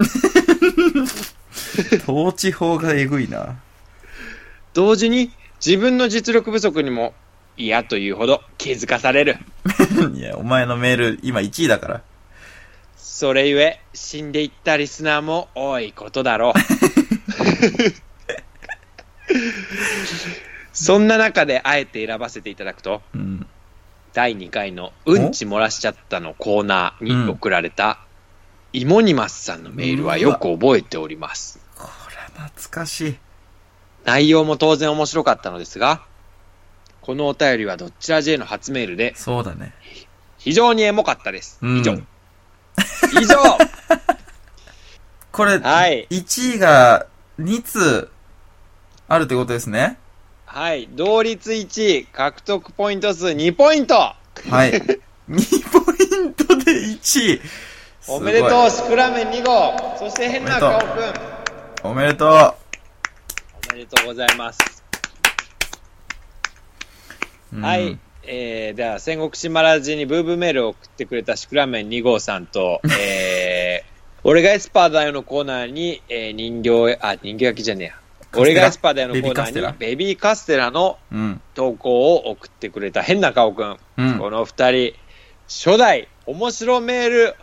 統治法がえぐいな。 <laughs>
同時に自分の実力不足にも嫌というほど気づかされる。
いや、お前のメール、今1位だから。
それゆえ死んでいったリスナーも多いことだろう。そんな中であえて選ばせていただくと、
うん。
第2回のうんち漏らしちゃったのコーナーに送られた、イモニマスさんのメールはよく覚えております。
こら、懐かしい。
内容も当然面白かったのですが、このお便りはどっちらじへの初メールで
そうだね。
非常にエモかったです。
うん
以上。以上
<laughs> これ、
はい
1位が2通あるってことですね。
はい。同率1位、獲得ポイント数2ポイント <laughs>
はい。2ポイントで1位。
おめでとう、シクラメン2号そして変な顔くん
すごいおめでと
おめでとうございます。
う、うん
はい。えー、では、戦国島ラジにブーブーメールを送ってくれたシクラメン2号さ
<laughs>
んと、えー、俺がエスパーだよのコーナーに、えー、人形、あ、人形焼きじゃねえや。
カステラ
俺がエスパーだよのコーナ
ベビーカステ
ー
ラ
に、ベビーカステラの
うん。
投稿を送ってくれた変な顔くん。
うん。
この二人、初代面白メール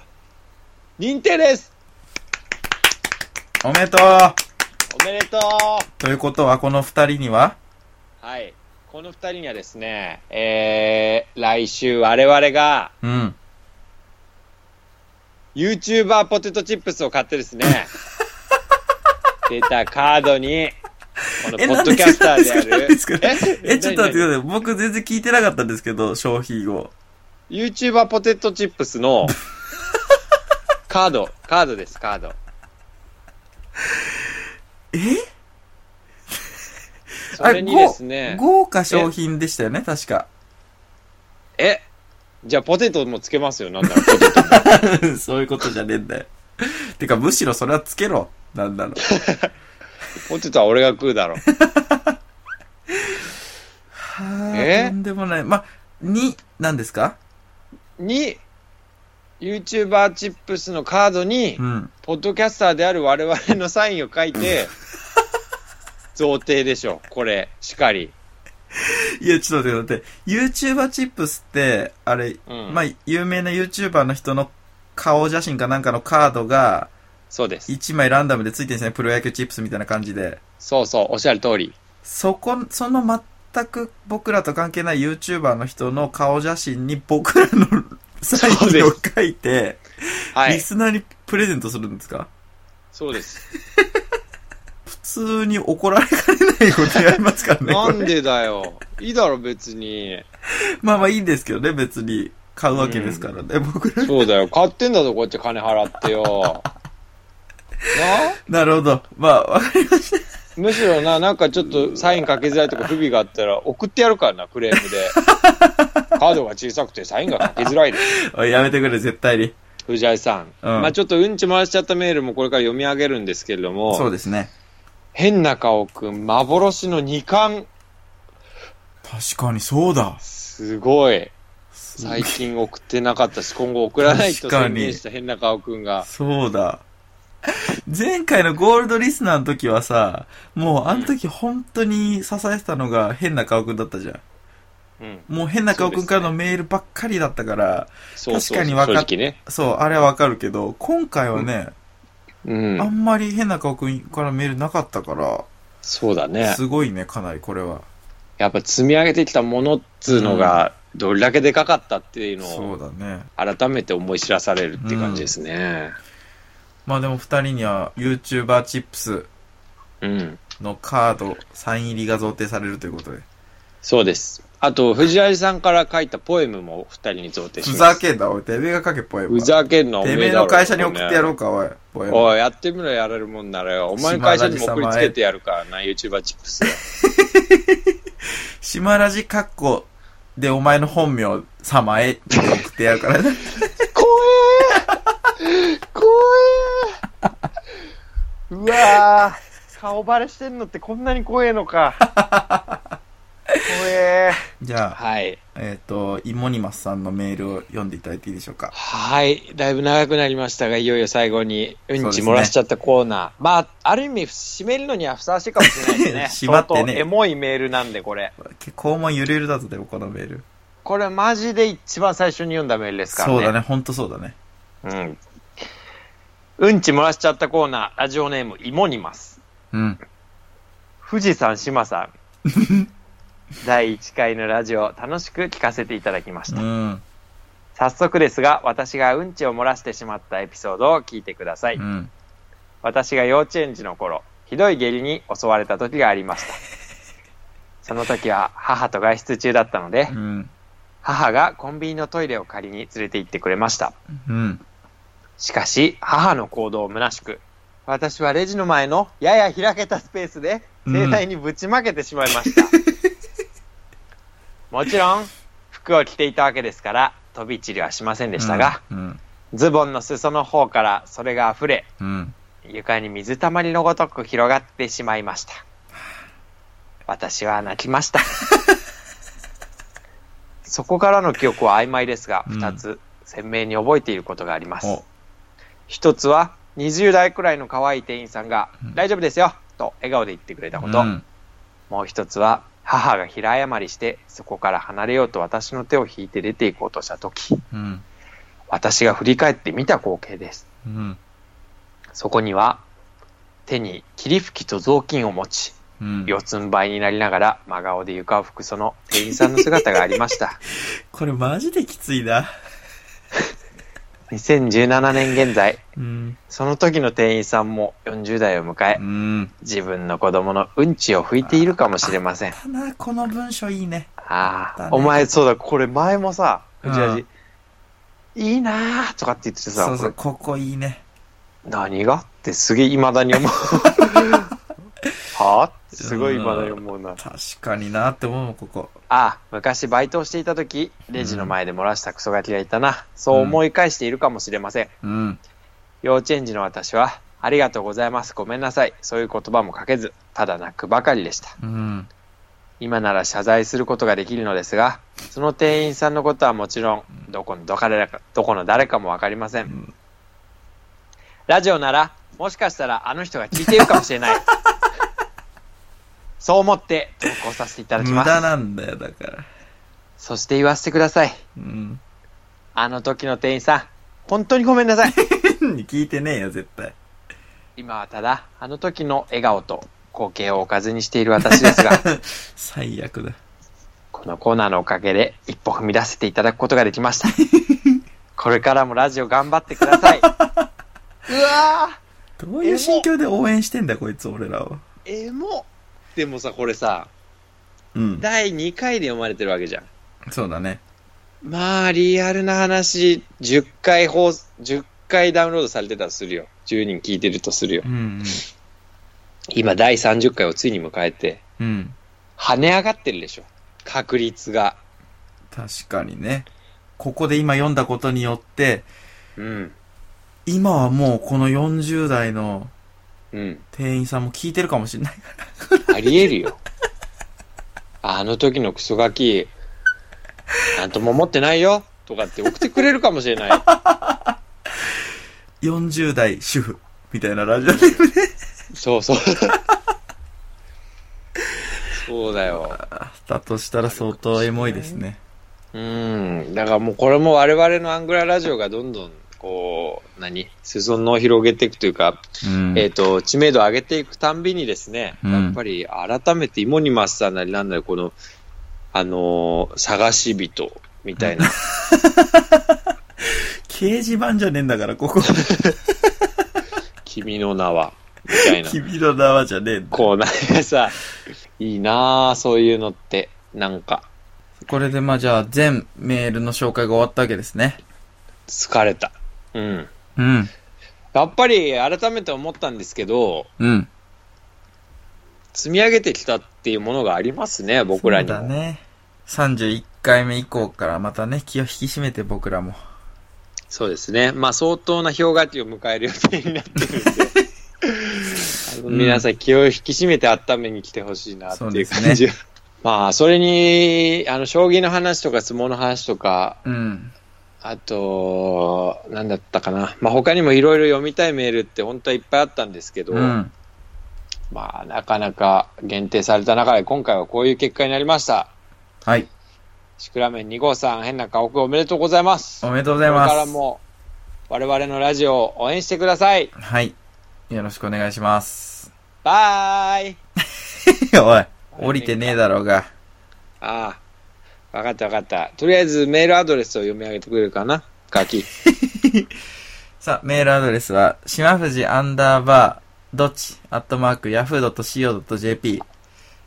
認定です
おめでとう
おめでとう
ということは、この二人には、
はい。この二人にはですね、えー、来週我々が
うん。
YouTuber ポテトチップスを買っ
<laughs>
てですね、出たカードに、このポッドキャスターであ
なん
る
ですかなんですかえ、ちょっと待ってください。僕全然聞いてなかったんですけど、商品を。
ユーチューバーポテトチップスのカード、
<laughs>
カードです、カード。
え
それにですね、
豪豪華商品でしたよね、確か。 <laughs>
え、じゃあポテトもつけますよ、なんだろう、ポ
<laughs>
テト。
そういうことじゃねえんだよ。てか、むしろそれはつけろ。なんだろう。
ポテトは俺が食うだろう。
はあ、
え
とんでもない。ま、に、なんですか
に、ユーチューバーチップスのカードに
う、ん。
ポッドキャスターである我々のサインを書いて、贈呈でしょ、これ、しかり。
いや、ちょっと待って、待って。YouTuber チップスって、あれ、
うん
まあ、有名な YouTuber の人の顔写真かなんかのカードが、
そうです。
1枚ランダムでついてるんですね。プロ野球チップスみたいな感じで。
そうそう、おっしゃる通り。
そこ、その全く僕らと関係ない YouTuber の人の顔写真に僕ら
<laughs>
のサインを書いて、
は
リ
い。
スナーにプレゼントするんですか
そ
<laughs>
うです。
普通に怒られかねないことやりますからね。
な
こ
ん
れ
でだよ。いいだろ、別に。
まあまあいいんですけどね、別に。買うわけですからね、僕ら。
そうだよ。買ってんだぞ、こっち金払っ
<laughs>
てよ。な
なるほど。まあ、 <laughs> わかり
むしろな、なんかちょっとサインかけづらいとか不備があったら送ってやるからな、クレームで。
<laughs>
カードが小さくてサインがかけづらいです。
おいやめてくれ、絶対に。
藤井さん。まあちょっとうんち回しちゃったメールもこれから読み上げるんですけれども、
そうですね。
変な顔くん、幻の2冠。
確かにそうだ。
すごい。最近送ってなかったし、今後送らないと宣言した変な顔くんが。
そうだ。前回のゴールドリスナーの時はさ、もうあの時本当に支えてたのが変な顔くんだったじゃん。
うん。
もう変な顔くんからのメールばっかりだったから、
そうそうそう。
確かに分かっ
正直ね。
そう,、あれはわかるけど、今回はね、
うん
あ。んまり変な顔くんからメールなかったから、
そうだね。
すごいね、かなりこれは。
やっぱ積み上げてきたものっつうのが、どれだけでかかったっていうの
そ
を
うだね。
改めて思い知らされるって感じですね。
まあでも二人には YouTuber チップス
うん。
のカード、サイン入りが贈呈されるということで。
そうです。あと、藤井さんから書いたポエムも二人に贈呈し
ふ
ます。
ざけんな、おい。てめえが書け、ポエム
ふ
は。
ざけんな、お
て
め
めえ
だろ
の会社に送ってやろうか、おい。ポエム。
おい、やってみろ、やれるもんならよ。お前の会社にも送りつけてやるからな、YouTuber チップス。
島ラジカッコでお前の本名様へ <laughs> って送ってやるからね。 <laughs>
怖え怖えうわー顔バレしてんのってこんなに怖えのか。怖え
じゃあ、
はい。
えっ、と、イモニマスさんのメールを読んでいただいていいでしょうか。
はい。だいぶ長くなりましたが、いよいよ最後に、うん
そうで
ち
すね。
漏らしちゃったコーナー。まあ、ある意味、締めるのにはふさわしいかもしれないですね <laughs>
締まってね
相当エモいメールなんで、これ。
結構もうゆるゆるだぞ、でもこのメール。
これマジで一番最初に読んだメールですからね。
そうだね、ほんとそうだね。
うん。うんち漏らしちゃったコーナー、ラジオネーム、イモニマス。
うん。
富士山島さん。
<laughs>
第1回のラジオ、楽しく聞かせていただきまし
う
た。
ん。
早速ですが、私がうんちを漏らしてしまったエピソードを聞いてください。
うん。
私が幼稚園児の頃、ひどい下痢に襲われた時があり
<laughs>
ました。その時は母と外出中だったので
う、ん。
母がコンビニのトイレを借りに連れて行ってくれました。
うん。
しかし、母の行動を虚しく、私はレジの前のやや開けたスペースで、
うん
盛大にぶちまけてしまいま
<laughs>
した。もちろん、服を着ていたわけですから、飛び散りはしませんでしたが、
うん。
ズボンの裾の方からそれが溢れ、
うん。
床に水たまりのごとく広がってしまいました。私は泣き
<laughs>
ました。そこからの記憶は曖昧ですが、
うん
二つ鮮明に覚えていることがあります。
お、
一つは20代くらいの可愛い店員さんが
う
「
ん
大丈夫ですよ」と笑顔で言ってくれた
う
こと、
ん。
もう一つは母が平謝りしてそこから離れようと私の手を引いて出て行こうとした時
うん。
私が振り返って見た光景です
うん。
そこには、手に霧吹きと雑巾を持ち、
うん。
四つん這いになりながら真顔で床を拭くその店員さんの姿がありました。
<laughs> これマジできついな。
2017年現在、
うん。
その時の店員さんも40代を迎え
う、ん。
自分の子供のうんちを拭いているかもしれません。
ただ、この文章いいね。
あ
だね、
あお前、そうだ、これ前もさ、
うん
藤原いいなーとかって言っててさ、
そうそう、
こ
ここいいね。
れ何がってすげえ未だ
<laughs>
に思う。はあすごい未だに思うな。
確かになって思うもん、ここ。
ああ、昔バイトをしていた時、レジの前で漏らしたクソガキがいたな。そう思い返しているかもしれません。
うん。
幼稚園児の私は、ありがとうございます、ごめんなさい。そういう言葉もかけず、ただ泣くばかりでした。
うん。
今なら謝罪することができるのですが、その店員さんのことはもちろん、どこのどかれらかどこの誰かもわかりません。
ん
ラジオなら、もしかしたらあの人が聞いているかもしれ
<laughs>
ない。そう思って投稿させていただき
無
ま
駄
す。
なんだよ、だから。
そして言わせてください。
うん。
あの時の店員さん、本当にごめんなさい。 <laughs>
聞いてねえよ、絶対。
今はただ、あの時の笑顔と光景をおかずにしている私ですが、 <laughs>
最悪だ。
このコーナーのおかげで一歩踏み出せていただくことができました。 <laughs> これからもラジオ頑張ってくだ <laughs> さい。うわ
どういう心境で応援してんだ、こいつ、俺らを。
ーエモでもさ、これさ、
うん。
第2回で読まれてるわけじゃん。
そうだね。
まあ、リアルな話、10回放送、10回ダウンロードされてたとするよ。10人聞いてるとするよ
う。ん。
今、第30回をついに迎えて、
うん。
跳ね上がってるでしょ。確率が。
確かにね。ここで今読んだことによって、
うん。
今はもうこの40代の
うん。
店員さんも聞いてるかもしれない。
ありえるよ。 <laughs> あの時のクソガキ、なんとも思ってないよ。とかって送ってくれるかもしれ <laughs> ない。
40代主婦みたいなラジオで。
そうそう。そうだよ。
だとしたら相当エモいですね。
うん。だからもうこれも我々のアングララジオがどんどん、こう、何裾野を広げていくというか、
うん
えっ、と、知名度を上げていくたんびにですね、
うん
やっぱり改めてイモニマスターなりなんなり、この、あのー探し人みたいな、
掲示板じゃねえんだから、ここ。
君の名は、みたい
<laughs>
な。
君の名はじゃねえんだ。
こうなんかさ、いいなぁ、そういうのって、なんか、
これでまあじゃあ全メールの紹介が終わったわけですね。
疲れた。うん。
うん。
やっぱり改めて思ったんですけど、
うん。
積み上げてきたっていうものがありますね、僕らにも。
そうだね。31回目以降からまたね、気を引き締めて僕らも。
そうですね。まあ、相当な氷河期を迎える予定になってるんで。あ
<laughs>
の
うん
皆さん気を引き締めて温めに来てほしいなって
そう
い
で
う
すね
感じが。まあ、それに、あの、将棋の話とか相撲の話とか、
うん。
あと、なんだったかな。まあ、他にもいろいろ読みたいメールって本当はいっぱいあったんですけど、
うん。
まあ、なかなか限定された中で今回はこういう結果になりました。
はい。
シクラメン2号さん、変な顔おめでとうございます。
おめでとうございます。
これからも、我々のラジオを応援してください。
はい。よろしくお願いします。 <laughs>
バーイ
おい、降りてねえだろうが。
ああ、わかったわかった。とりあえずメールアドレスを読み上げてくれるかなガキ。
さあ、メールアドレスは、しまふじアンダーバー、どっち、アットマーク、ヤフー .co.jp。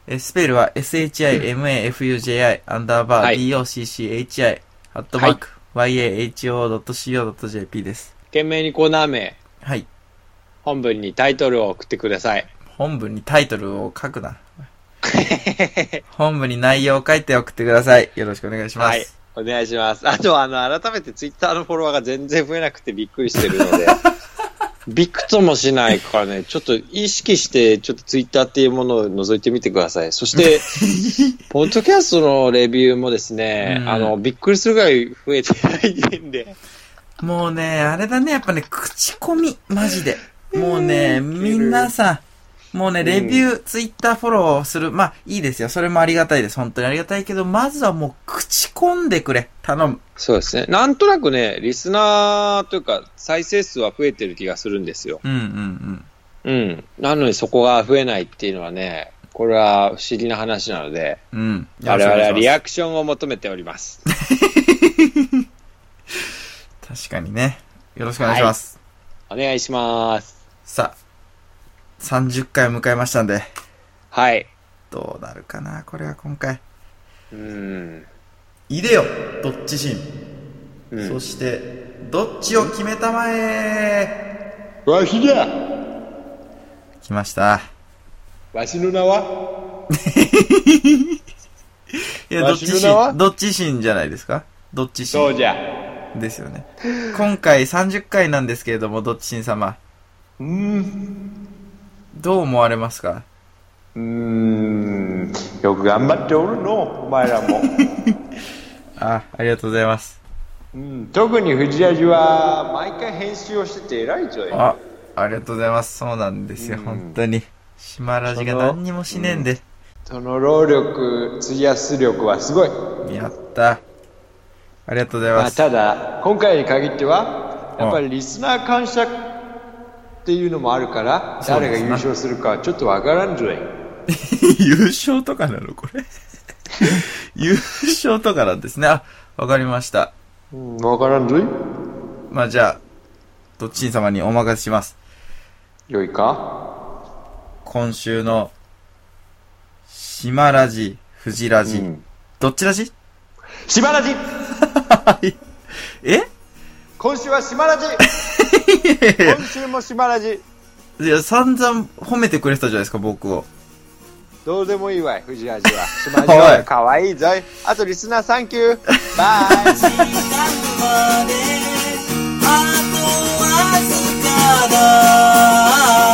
えスペルは、shi,mafuji, アンダーバ
は
ー、
い
docchi, アットマーク、yaho.co.jp です。
懸命にコーナー名、
はい。
本文にタイトルを送ってください。
本文にタイトルを書く
<laughs>
な。本文に内容を書いて送ってください。よろしくお願いします。
はい。お願いします。あと、あの、改めてツイッターのフォロワーが全然増えなくてびっくりしてるので、びくともしないからね、ちょっと意識して、ちょっとツイッターっていうものを覗いてみてください。そして、ポッドキャストのレビューもですね、
うん
あの、びっくりするぐらい増えてないんで、
もうね、あれだね、やっぱね、口コミ、マジで。もうね、皆さん、もうね、レビュー、ツイッターフォローする、まあ、いいですよ。それもありがたいです。本当にありがたいけど、まずはもう、口コ込んでくれ。頼む。
そうですね。なんとなくね、リスナーというか、再生数は増えてる気がするんですよ。
うんうんうん。
うん。なのにそこが増えないっていうのはね、これは不思議な話なので、
うん。
我々はリ
ア
アクションを求めております。
確かにね。よろしくお願いします。
お願いします。
さあ、30回を迎えましたんで、
はい。
どうなるかな、これは今回。
うん。
いでよ、どっちシー
う
ン。
ん
そして、どっちを決めたまえ
わしじゃ
来ました。
わしの名はい
や、どっ
わ
ち
し
シ
の名は
ーン、どっちシーンじゃないですかどっちシ
そう
ー
じゃ。
ンですよね。今回30回なんですけれども、どっちシーン様、
うん。
どう思われますか
うーん。よく頑張っておるの、お前ら <laughs> も。
あ、ありがとうございます。
うん、特に藤味は、毎回編集をしてて偉いぞよ。
あ、ありがとうございます。そうなんですよ、
うん
本当に。島ラジが
その
何にもしねえんで。
その労力、費やす力はすごい。
やった。ありがとうござい
ま
ま
あ、
す。
ただ、今回に限っては、
うん
やっぱりリスナー感謝っていうのもあるから、
そうで
誰
すね
が優勝するかはちょっとわからんぞい。
<laughs> 優勝とかなのこれ。 <laughs> 優勝とかなんですね。あ、わかりました。
うん、わからんぞい。
まあじゃあ、どっちん様にお任せします。
よいか
今週の、島ラジ、藤ラジ、
うん
どっちラジ
しばらじ
はいえ
今週はしばら <laughs> じ今週もしばらじ
いや、散々褒めてくれてたじゃないですか、僕を。
どうでもいいわい、藤味は。しばらじはかわいいぞい。あとリスナーサンキューバイ
時間まであとわずかだ